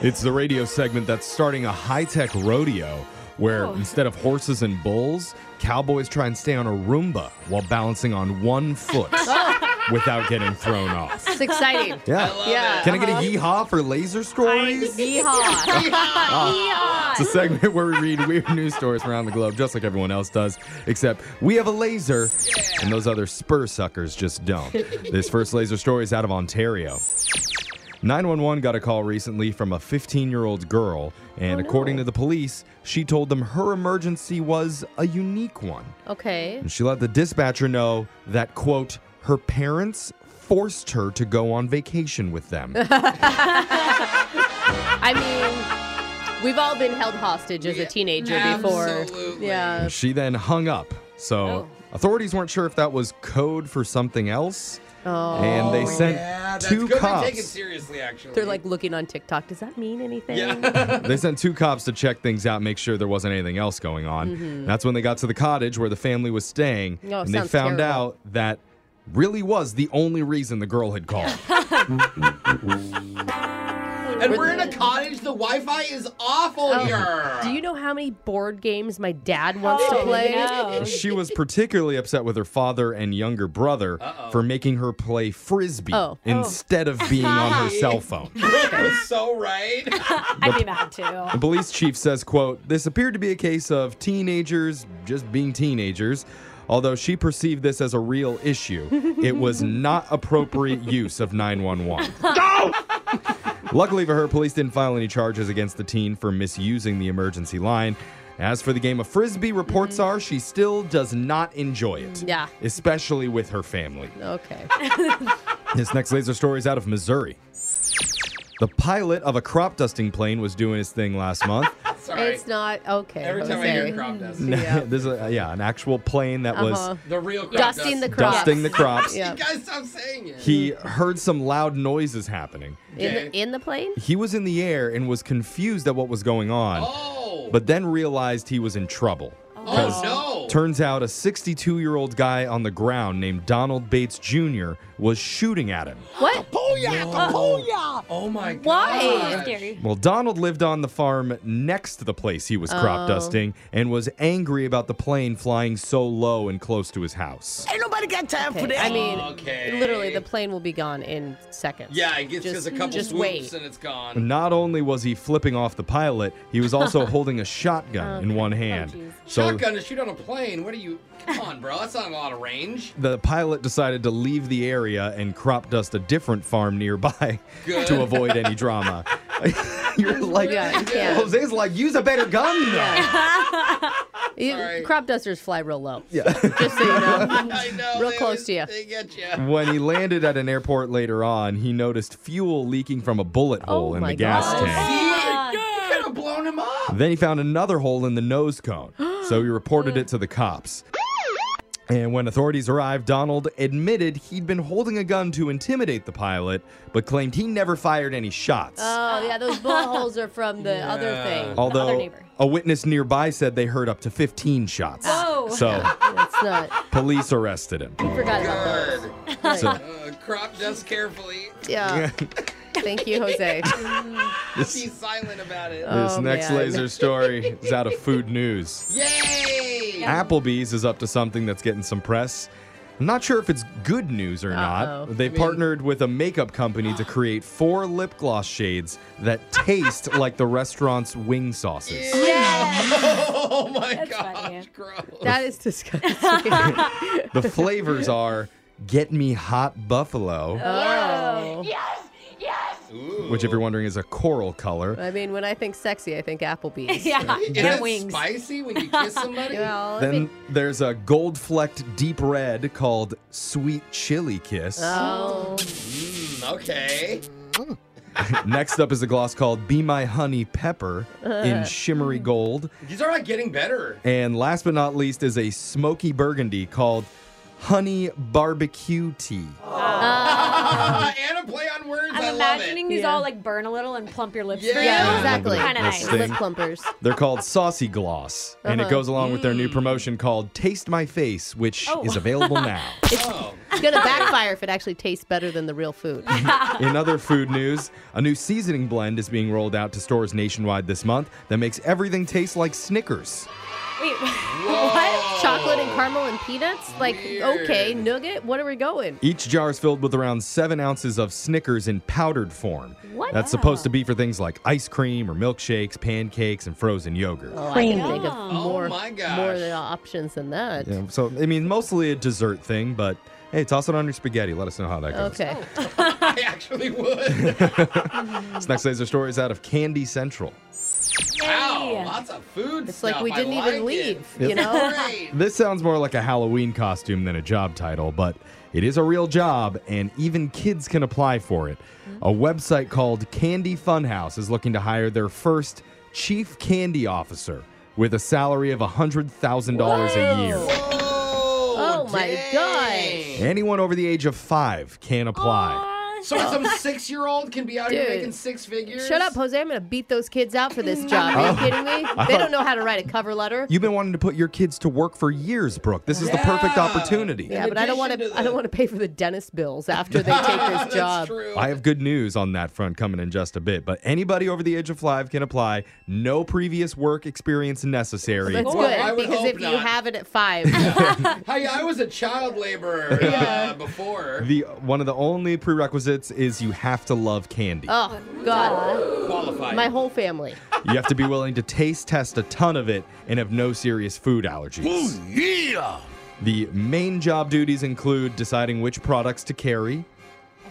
Speaker 7: It's the radio segment that's starting a high tech rodeo where
Speaker 6: Oh.
Speaker 7: instead of horses and bulls, cowboys try and stay on a Roomba while balancing on one foot without getting thrown off.
Speaker 11: It's exciting.
Speaker 7: Yeah.
Speaker 11: yeah.
Speaker 7: Can I get a yeehaw for laser stories? Ah. It's a segment where we read weird news stories from around the globe, just like everyone else does, except we have a laser and those other spur suckers just don't. this first laser story is out of Ontario. 911 got a call recently from a 15 year old girl, and according to the police, she told them her emergency was a unique one.
Speaker 5: Okay.
Speaker 7: And she let the dispatcher know that, quote, her parents forced her to go on vacation with them.
Speaker 5: I mean, we've all been held hostage as a teenager before. Yeah.
Speaker 7: And she then hung up. So
Speaker 5: Oh.
Speaker 7: authorities weren't sure if that was code for something else.
Speaker 5: Oh.
Speaker 7: and they sent two <laughs>
Speaker 5: taken
Speaker 7: cops.
Speaker 5: seriously, actually. They're like looking on TikTok. Does that mean anything? <laughs>
Speaker 7: <laughs> they sent two cops to check things out, make sure there wasn't anything else going on.
Speaker 5: Mhm.
Speaker 7: That's when they got to the cottage where the family was staying,
Speaker 5: Oh,
Speaker 7: and they
Speaker 5: sounds
Speaker 7: found
Speaker 5: terrible.
Speaker 7: out that really was the only reason the girl had
Speaker 5: <laughs>
Speaker 7: called.
Speaker 1: And we're in a cottage. The Wi-Fi is awful
Speaker 5: Oh.
Speaker 1: here.
Speaker 5: Do you know how many board games my dad wants
Speaker 7: Oh,
Speaker 5: to play? <laughs>
Speaker 7: she was particularly upset with her father and younger brother for making her play frisbee
Speaker 5: Oh.
Speaker 7: instead of
Speaker 5: <laughs>
Speaker 7: being on her cell
Speaker 6: <laughs>
Speaker 7: phone.
Speaker 1: was so right.
Speaker 4: I'd be mad too.
Speaker 7: The police chief says, quote, this appeared to be a case of teenagers just being teenagers. Although she perceived this as a real issue, it was not appropriate use of 911. Luckily for her, police didn't file any charges against the teen for misusing the emergency line. As for the game of frisbee, reports are she still does not enjoy it,
Speaker 5: Yeah.
Speaker 7: especially with her family.
Speaker 5: Okay.
Speaker 7: <laughs> This next laser story is out of Missouri. The pilot of a crop dusting plane was doing his thing last
Speaker 5: <laughs>
Speaker 7: month.
Speaker 5: It's not okay.
Speaker 1: Every time I
Speaker 5: Jose.
Speaker 1: hear
Speaker 5: <laughs>
Speaker 1: crop dust.
Speaker 7: <laughs> This is a- yeah, an actual plane that
Speaker 5: Uh-huh.
Speaker 7: was.
Speaker 1: The real crop
Speaker 5: dusting the crops.
Speaker 7: Dusting the crops.
Speaker 5: <laughs> Yeah.
Speaker 1: You guys stop saying it.
Speaker 7: He heard some loud noises happening.
Speaker 5: In, the, in the plane?
Speaker 7: He was in the air and was confused at what was going on, but then realized he was in trouble.
Speaker 5: Oh,
Speaker 7: 'Cause Turns out a 62 year old guy on the ground named Donald Bates Jr. was shooting at him.
Speaker 5: What?
Speaker 14: Kapoya! Kapoya! Oh my god.
Speaker 5: Why?
Speaker 4: Scary.
Speaker 7: Well, Donald lived on the farm next to the place he was crop
Speaker 14: Oh.
Speaker 7: dusting and was angry about the plane flying so low and close to his house.
Speaker 5: Ain't nobody got time
Speaker 6: for that.
Speaker 5: I mean,
Speaker 6: Okay.
Speaker 5: literally, the plane will be gone in seconds.
Speaker 6: Yeah, it gets just a couple
Speaker 5: Just
Speaker 6: swoops
Speaker 5: wait.
Speaker 6: and it's gone.
Speaker 7: Not only was he flipping off the pilot, he was also holding a shotgun in one hand. so
Speaker 6: Shotgun to shoot on a plane. What are you? Come on, bro. That's not a lot of range.
Speaker 7: the pilot decided to leave the area and crop dust a different farm nearby <laughs>
Speaker 6: Good.
Speaker 7: to avoid any drama. You're <laughs> like,
Speaker 5: Yeah, you
Speaker 7: <laughs>
Speaker 5: can't.
Speaker 7: Jose's like, use a better gun though.
Speaker 5: You- Crop dusters fly real low.
Speaker 7: Yeah.
Speaker 5: Just so you know. real close to you.
Speaker 6: They get you.
Speaker 7: <laughs> when he landed at an airport later on, he noticed fuel leaking from a bullet hole in the gas tank.
Speaker 6: You could have blown him up.
Speaker 7: Then he found another hole in the nose cone, so he reported it to the cops. And when authorities arrived, Donald admitted he'd been holding a gun to intimidate the pilot, but claimed he never fired any shots.
Speaker 5: Oh, yeah, those bullet holes are from <laughs> the other thing. the other
Speaker 7: Although
Speaker 5: neighbor.
Speaker 7: a witness nearby said they heard up to 15 shots.
Speaker 5: Oh.
Speaker 7: So
Speaker 5: <laughs> That's not.
Speaker 7: police arrested him.
Speaker 5: I forgot about those.
Speaker 6: <laughs>
Speaker 5: Right.
Speaker 7: So-
Speaker 6: Uh, crop dust carefully.
Speaker 5: Yeah.
Speaker 6: <laughs>
Speaker 5: Thank you, Jose.
Speaker 7: This-
Speaker 6: Be silent about it.
Speaker 5: Oh,
Speaker 7: This
Speaker 5: <laughs>
Speaker 7: next laser story is out of food news.
Speaker 6: Yay!
Speaker 7: Applebee's is up to something that's getting some press. I'm not sure if it's good news or
Speaker 6: Uh-oh.
Speaker 7: not. They
Speaker 6: I mean-
Speaker 7: partnered with a makeup company to create four lip gloss shades
Speaker 6: <laughs>
Speaker 7: that taste like the restaurant's wing sauces.
Speaker 6: Oh my gosh, gross.
Speaker 5: That is disgusting. Oh.
Speaker 7: The flavors are Get Me Hot Buffalo,
Speaker 5: Oh. Yes.
Speaker 6: Oh.
Speaker 7: which, if you're wondering, is a coral color.
Speaker 5: I mean, when I think sexy, I think
Speaker 6: <laughs>
Speaker 5: Applebee's.
Speaker 6: Yeah, Is
Speaker 7: their
Speaker 6: it wings. spicy when you kiss
Speaker 5: <laughs>
Speaker 6: somebody?
Speaker 5: well, I
Speaker 7: Then
Speaker 5: mean-
Speaker 7: there's a gold flecked deep red called Sweet Chili Kiss.
Speaker 6: Ah.
Speaker 5: oh.
Speaker 6: Mm, okay.
Speaker 7: <laughs> Next up is a gloss called Be My Honey Pepper in
Speaker 6: <laughs> Uh.
Speaker 7: shimmery gold.
Speaker 6: These are not getting better. <laughs>
Speaker 7: And last but not least is a smoky burgundy called Honey Barbecue Tea.
Speaker 6: <laughs> Anna, play on words.
Speaker 4: I'm
Speaker 6: I love it.
Speaker 4: imagining these
Speaker 6: Yeah.
Speaker 4: all like burn a little and plump your lips.
Speaker 6: Yeah.
Speaker 4: for you.
Speaker 6: Yeah,
Speaker 5: exactly.
Speaker 4: Kind of nice.
Speaker 7: Those things.
Speaker 5: clumpers.
Speaker 7: They're called Saucy Gloss, and it
Speaker 5: Uh-huh.
Speaker 7: goes along with their new promotion called Taste My Face, which
Speaker 5: Oh.
Speaker 7: is available <laughs>
Speaker 5: <laughs>
Speaker 7: now.
Speaker 5: It's,
Speaker 6: Oh.
Speaker 5: it's going to backfire if it actually tastes better than the real food.
Speaker 6: <laughs>
Speaker 7: In other food news, a new seasoning blend is being rolled out to stores nationwide this month that makes everything taste like Snickers.
Speaker 4: Wait,
Speaker 5: what? Chocolate and caramel and peanuts? Like, okay, nougat? What are we going?
Speaker 7: Each jar is filled with around seven ounces of Snickers in powdered form.
Speaker 5: What?
Speaker 7: That's supposed to be for things like ice cream or milkshakes, pancakes, and frozen yogurt.
Speaker 5: Oh, I can think of more, more than options than that.
Speaker 7: Yeah, so, I mean, mostly a dessert thing, but hey, toss it on your spaghetti. Let us know how that goes.
Speaker 5: Okay.
Speaker 6: Oh.
Speaker 5: <laughs>
Speaker 6: I
Speaker 7: <laughs>
Speaker 6: actually would.
Speaker 7: This next laser story is out of Candy Central.
Speaker 6: Wow, lots of food
Speaker 5: It's like we
Speaker 6: stuff. I
Speaker 5: didn't even
Speaker 6: like it.
Speaker 5: leave, you know?
Speaker 7: This sounds more like a Halloween costume than a job title, but it is a real job, and even kids can apply for it. A website called Candy Funhouse is looking to hire their first chief candy officer with a salary of $100,000
Speaker 5: <laughs>
Speaker 7: a year.
Speaker 5: Oh, my gosh.
Speaker 7: Anyone over the age of five can apply.
Speaker 6: So some six-year-old can be out
Speaker 5: Dude.
Speaker 6: here making six figures. Mm.
Speaker 5: Shut up, Jose. I'm going to beat those kids out for this job. Are you
Speaker 7: Oh.
Speaker 5: kidding me?
Speaker 7: I
Speaker 5: They
Speaker 7: thought-
Speaker 5: don't know how to write a cover letter.
Speaker 7: You've been wanting to put your kids to work for years, Brooke. This is the perfect opportunity.
Speaker 5: Yeah, but I don't want to. I don't want to pay for the dentist bills
Speaker 6: <laughs>
Speaker 5: after they take this job.
Speaker 7: I have good news on that front coming in just a bit, but anybody over the age of five can apply. No previous work experience necessary.
Speaker 5: That's
Speaker 6: Well, I
Speaker 5: good
Speaker 6: would
Speaker 5: because
Speaker 6: hope
Speaker 5: if you
Speaker 6: not. <laughs>
Speaker 5: have it at five,
Speaker 6: Hey, I was a child laborer uh, before.
Speaker 7: The one of the only prerequisites is you have to love candy.
Speaker 5: oh god,
Speaker 6: Qualified.
Speaker 5: My whole family.
Speaker 7: You have to be willing to taste test a ton of it and have no serious food allergies.
Speaker 6: yeah.
Speaker 7: The main job duties include deciding which products to carry.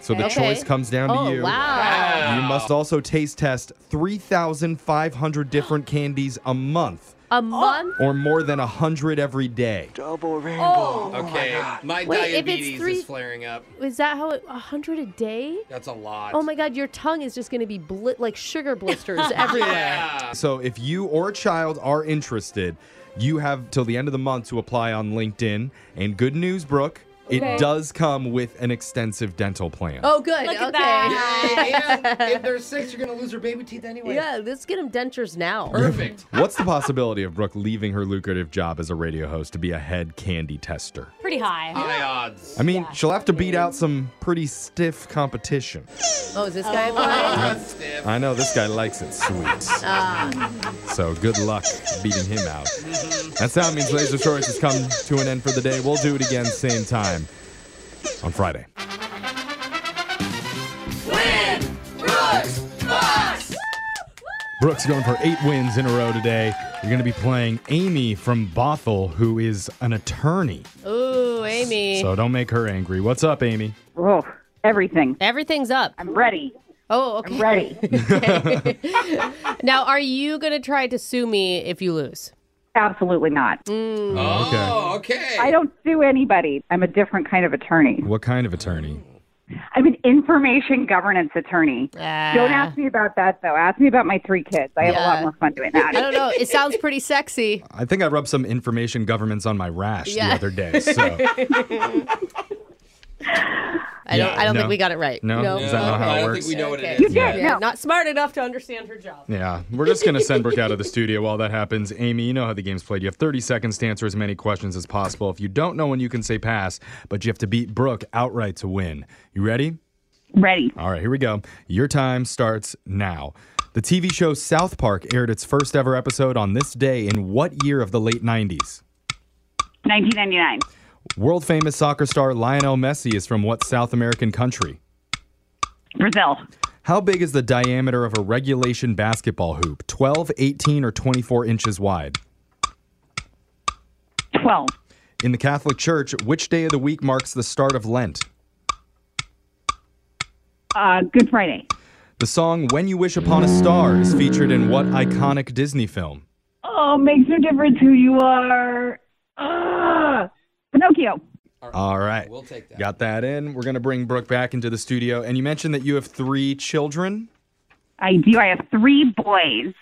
Speaker 7: So the
Speaker 5: Okay.
Speaker 7: choice comes down
Speaker 5: Oh,
Speaker 7: to you.
Speaker 5: wow.
Speaker 7: You must also taste test 3,500 different candies a month
Speaker 5: A month.
Speaker 7: or more than 100 every day.
Speaker 6: Double rainbow.
Speaker 5: Oh.
Speaker 6: Okay, my,
Speaker 5: Wait, if it's
Speaker 6: diabetes
Speaker 5: three-
Speaker 6: is flaring up.
Speaker 5: Is that how it? A hundred a day?
Speaker 6: That's a lot.
Speaker 5: Oh my god, your tongue is just going to be bli- like sugar blisters everywhere.
Speaker 7: So if you or a child are interested, you have till the end of the month to apply on LinkedIn. And good news, Brooke, It does come with an extensive dental plan.
Speaker 5: Oh, good.
Speaker 21: Look
Speaker 5: okay.
Speaker 21: at that.
Speaker 6: and if they're six, you're gonna lose her baby teeth anyway.
Speaker 5: Yeah, let's get them dentures now.
Speaker 6: Perfect.
Speaker 7: <laughs> What's the possibility of Brooke leaving her lucrative job as a radio host to be a head candy tester?
Speaker 4: Pretty high.
Speaker 6: High odds.
Speaker 7: I mean, she'll have to beat out some pretty stiff competition.
Speaker 5: Oh, is this guy applying?
Speaker 7: I know this guy likes it sweet.
Speaker 5: Ah.
Speaker 7: So good luck beating him out. That sound means Laser Choice has come to an end for the day. We'll do it again same time on Friday.
Speaker 9: Win! Brooks! Box!
Speaker 7: Brooks going for eight wins in a row today. You're going to be playing Amy from Bothell, who is an attorney.
Speaker 5: Ooh, Amy.
Speaker 7: So don't make her angry. What's up, Amy?
Speaker 5: Oh,
Speaker 15: everything.
Speaker 5: Everything's up. I'm ready. Oh, okay.
Speaker 15: I'm ready.
Speaker 5: <laughs> now, are you going to try to sue me if you lose? Mm.
Speaker 15: Absolutely not.
Speaker 7: Oh,
Speaker 15: okay. I don't sue anybody. I'm a different kind of attorney.
Speaker 7: What kind of attorney?
Speaker 15: I'm an information governance attorney. Don't ask me about that, though. Ask me about my three kids. I have a lot more fun doing that.
Speaker 5: I don't know. Oh, It sounds pretty sexy.
Speaker 7: I think I rubbed some information governments on my rash
Speaker 5: Yeah.
Speaker 7: the other day. So
Speaker 5: <laughs> I don't,
Speaker 7: Yeah,
Speaker 5: I don't
Speaker 7: no.
Speaker 5: think we got it right.
Speaker 7: No? Is that not how it I don't think works? we know what it is. You did,
Speaker 5: Yeah,
Speaker 7: no.
Speaker 5: Not smart enough to understand her job.
Speaker 7: yeah, we're just gonna send Brooke out of the studio while that happens. Amy, you know how the game's played. You have 30 seconds to answer as many questions as possible. If you don't know when you can say pass, but you have to beat Brooke outright to win. You ready?
Speaker 15: Ready.
Speaker 7: All right, here we go. Your time starts now. The TV show South Park aired its first ever episode on this day in what year of the late 90s?
Speaker 15: 1999.
Speaker 7: World famous soccer star Lionel Messi is from what South American country?
Speaker 15: Brazil.
Speaker 7: How big is the diameter of a regulation basketball hoop? 12, 18, or 24 inches wide?
Speaker 15: 12.
Speaker 7: In the Catholic Church, which day of the week marks the start of Lent?
Speaker 15: Uh, Good Friday.
Speaker 7: The song When You Wish Upon a Star is featured in what iconic Disney film?
Speaker 15: Oh, makes no difference who you are. Uh, Pinocchio.
Speaker 7: All right. We'll take that. Got that in. We're going to bring Brooke back into the studio. And you mentioned that you have three children.
Speaker 15: I do. I have three boys.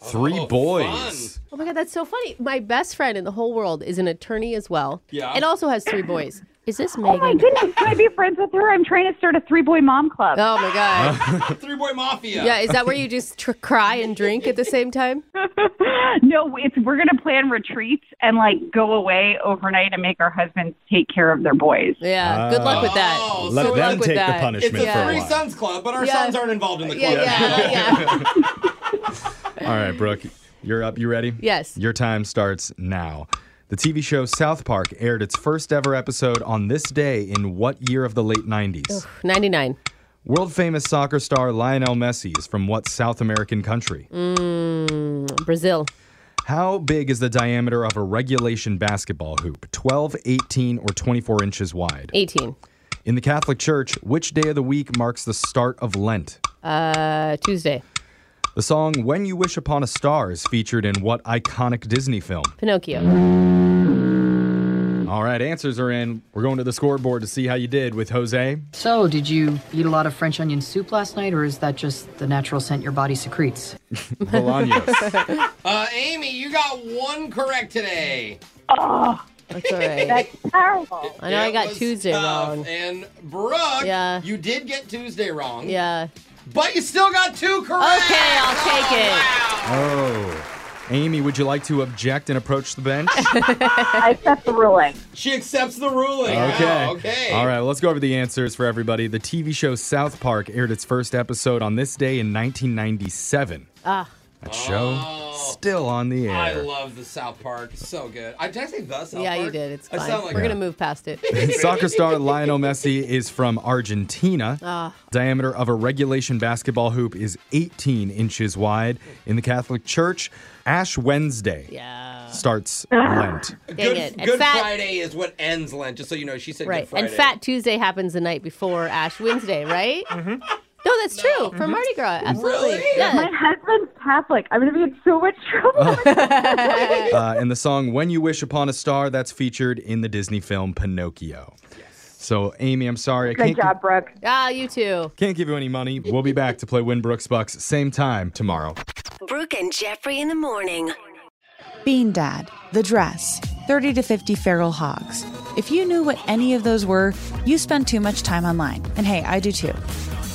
Speaker 7: Three boys.
Speaker 5: Oh my God, that's so funny. My best friend in the whole world is an attorney as well.
Speaker 7: Yeah.
Speaker 5: And also has three boys. <coughs> Is this Megan?
Speaker 15: Oh my goodness! Can I be friends with her? I'm trying to start a three-boy mom club.
Speaker 5: Oh my god!
Speaker 6: Uh, Three boy mafia.
Speaker 5: Yeah, is that where you just tr- cry and drink at the same time?
Speaker 15: <laughs> no, it's we're gonna plan retreats and like go away overnight and make our husbands take care of their boys.
Speaker 5: Yeah. Good luck with that.
Speaker 6: Oh,
Speaker 15: Let
Speaker 6: so
Speaker 15: them
Speaker 6: it's-
Speaker 15: take the
Speaker 6: it's
Speaker 15: punishment
Speaker 6: a
Speaker 15: for a
Speaker 6: three
Speaker 15: while.
Speaker 6: sons club, but our
Speaker 5: Yeah.
Speaker 6: sons aren't involved in the
Speaker 5: Yeah,
Speaker 6: club. <laughs>
Speaker 5: yeah, yeah.
Speaker 7: All right, Brooke, you're up. You ready?
Speaker 5: Yes.
Speaker 7: Your time starts now. The TV show South Park aired its first ever episode on this day in what year of the late 90s?
Speaker 5: 99.
Speaker 7: World famous soccer star Lionel Messi is from what South American country?
Speaker 5: Mm, Brazil.
Speaker 7: How big is the diameter of a regulation basketball hoop? 12, 18, or 24 inches wide?
Speaker 5: 18.
Speaker 7: In the Catholic Church, which day of the week marks the start of Lent?
Speaker 5: Uh, Tuesday.
Speaker 7: The song When You Wish Upon a Star is featured in what iconic Disney film?
Speaker 5: Pinocchio.
Speaker 7: All right, answers are in. We're going to the scoreboard to see how you did with Jose.
Speaker 22: So, did you eat a lot of French onion soup last night, or is that just the natural scent your body secretes?
Speaker 6: yeah. <laughs> uh, Amy, you got one correct today.
Speaker 15: Oh,
Speaker 5: that's all right.
Speaker 15: That's terrible.
Speaker 5: I know I got Tuesday wrong.
Speaker 6: And Brooke, you did get Tuesday wrong.
Speaker 5: Yeah.
Speaker 6: But you still got two correct.
Speaker 5: Okay, I'll take it.
Speaker 7: Oh. Amy, would you like to object and approach the bench?
Speaker 15: I accept the ruling.
Speaker 6: She accepts the ruling.
Speaker 7: Okay.
Speaker 6: Wow, okay.
Speaker 7: All right, let's go over the answers for everybody. The TV show South Park aired its first episode on this day in 1997.
Speaker 5: Ah.
Speaker 7: That show still on the air.
Speaker 6: I love the South Park. So good. I, did I say the South
Speaker 5: yeah,
Speaker 6: Park?
Speaker 5: you did. It's
Speaker 6: I
Speaker 5: fine.
Speaker 6: sound like
Speaker 5: We're going to move
Speaker 6: <laughs>
Speaker 5: past it.
Speaker 7: <laughs> Soccer
Speaker 15: <laughs>
Speaker 7: star Lionel Messi is from Argentina.
Speaker 5: Ah.
Speaker 7: Diameter of a regulation basketball hoop is 18 inches wide. In the Catholic Church, Ash Wednesday
Speaker 15: <laughs>
Speaker 7: starts Lent.
Speaker 6: Good,
Speaker 5: Dang it. And
Speaker 6: Good
Speaker 5: fat-
Speaker 6: Friday is what ends Lent, just so you know. She said Good
Speaker 5: Right.
Speaker 6: Friday.
Speaker 5: And Fat Tuesday happens the night before Ash Wednesday, right? Mm-hmm. No, that's true. For Mardi Gras. Absolutely.
Speaker 15: My
Speaker 5: Yeah.
Speaker 15: husband's Catholic. I'm gonna be in so much trouble.
Speaker 7: uh, and the song When You Wish Upon a Star, that's featured in the Disney film Pinocchio. So, Amy, I'm sorry. I
Speaker 15: Good
Speaker 7: can't,
Speaker 15: job, Brooke.
Speaker 5: Ah, you too.
Speaker 7: can't give you any money. We'll be back to play Win Brooks Bucks same time tomorrow.
Speaker 23: Brooke and Jeffrey in the morning.
Speaker 20: Bean Dad, The Dress, 30 to 50 Feral Hogs. If you knew what any of those were, you spend too much time online. And hey, I do too.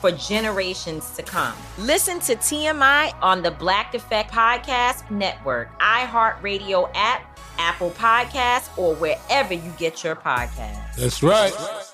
Speaker 24: for generations to come. Listen to TMI on the Black Effect Podcast Network, iHeartRadio app, Apple Podcasts, or wherever you get your podcasts.
Speaker 12: That's right.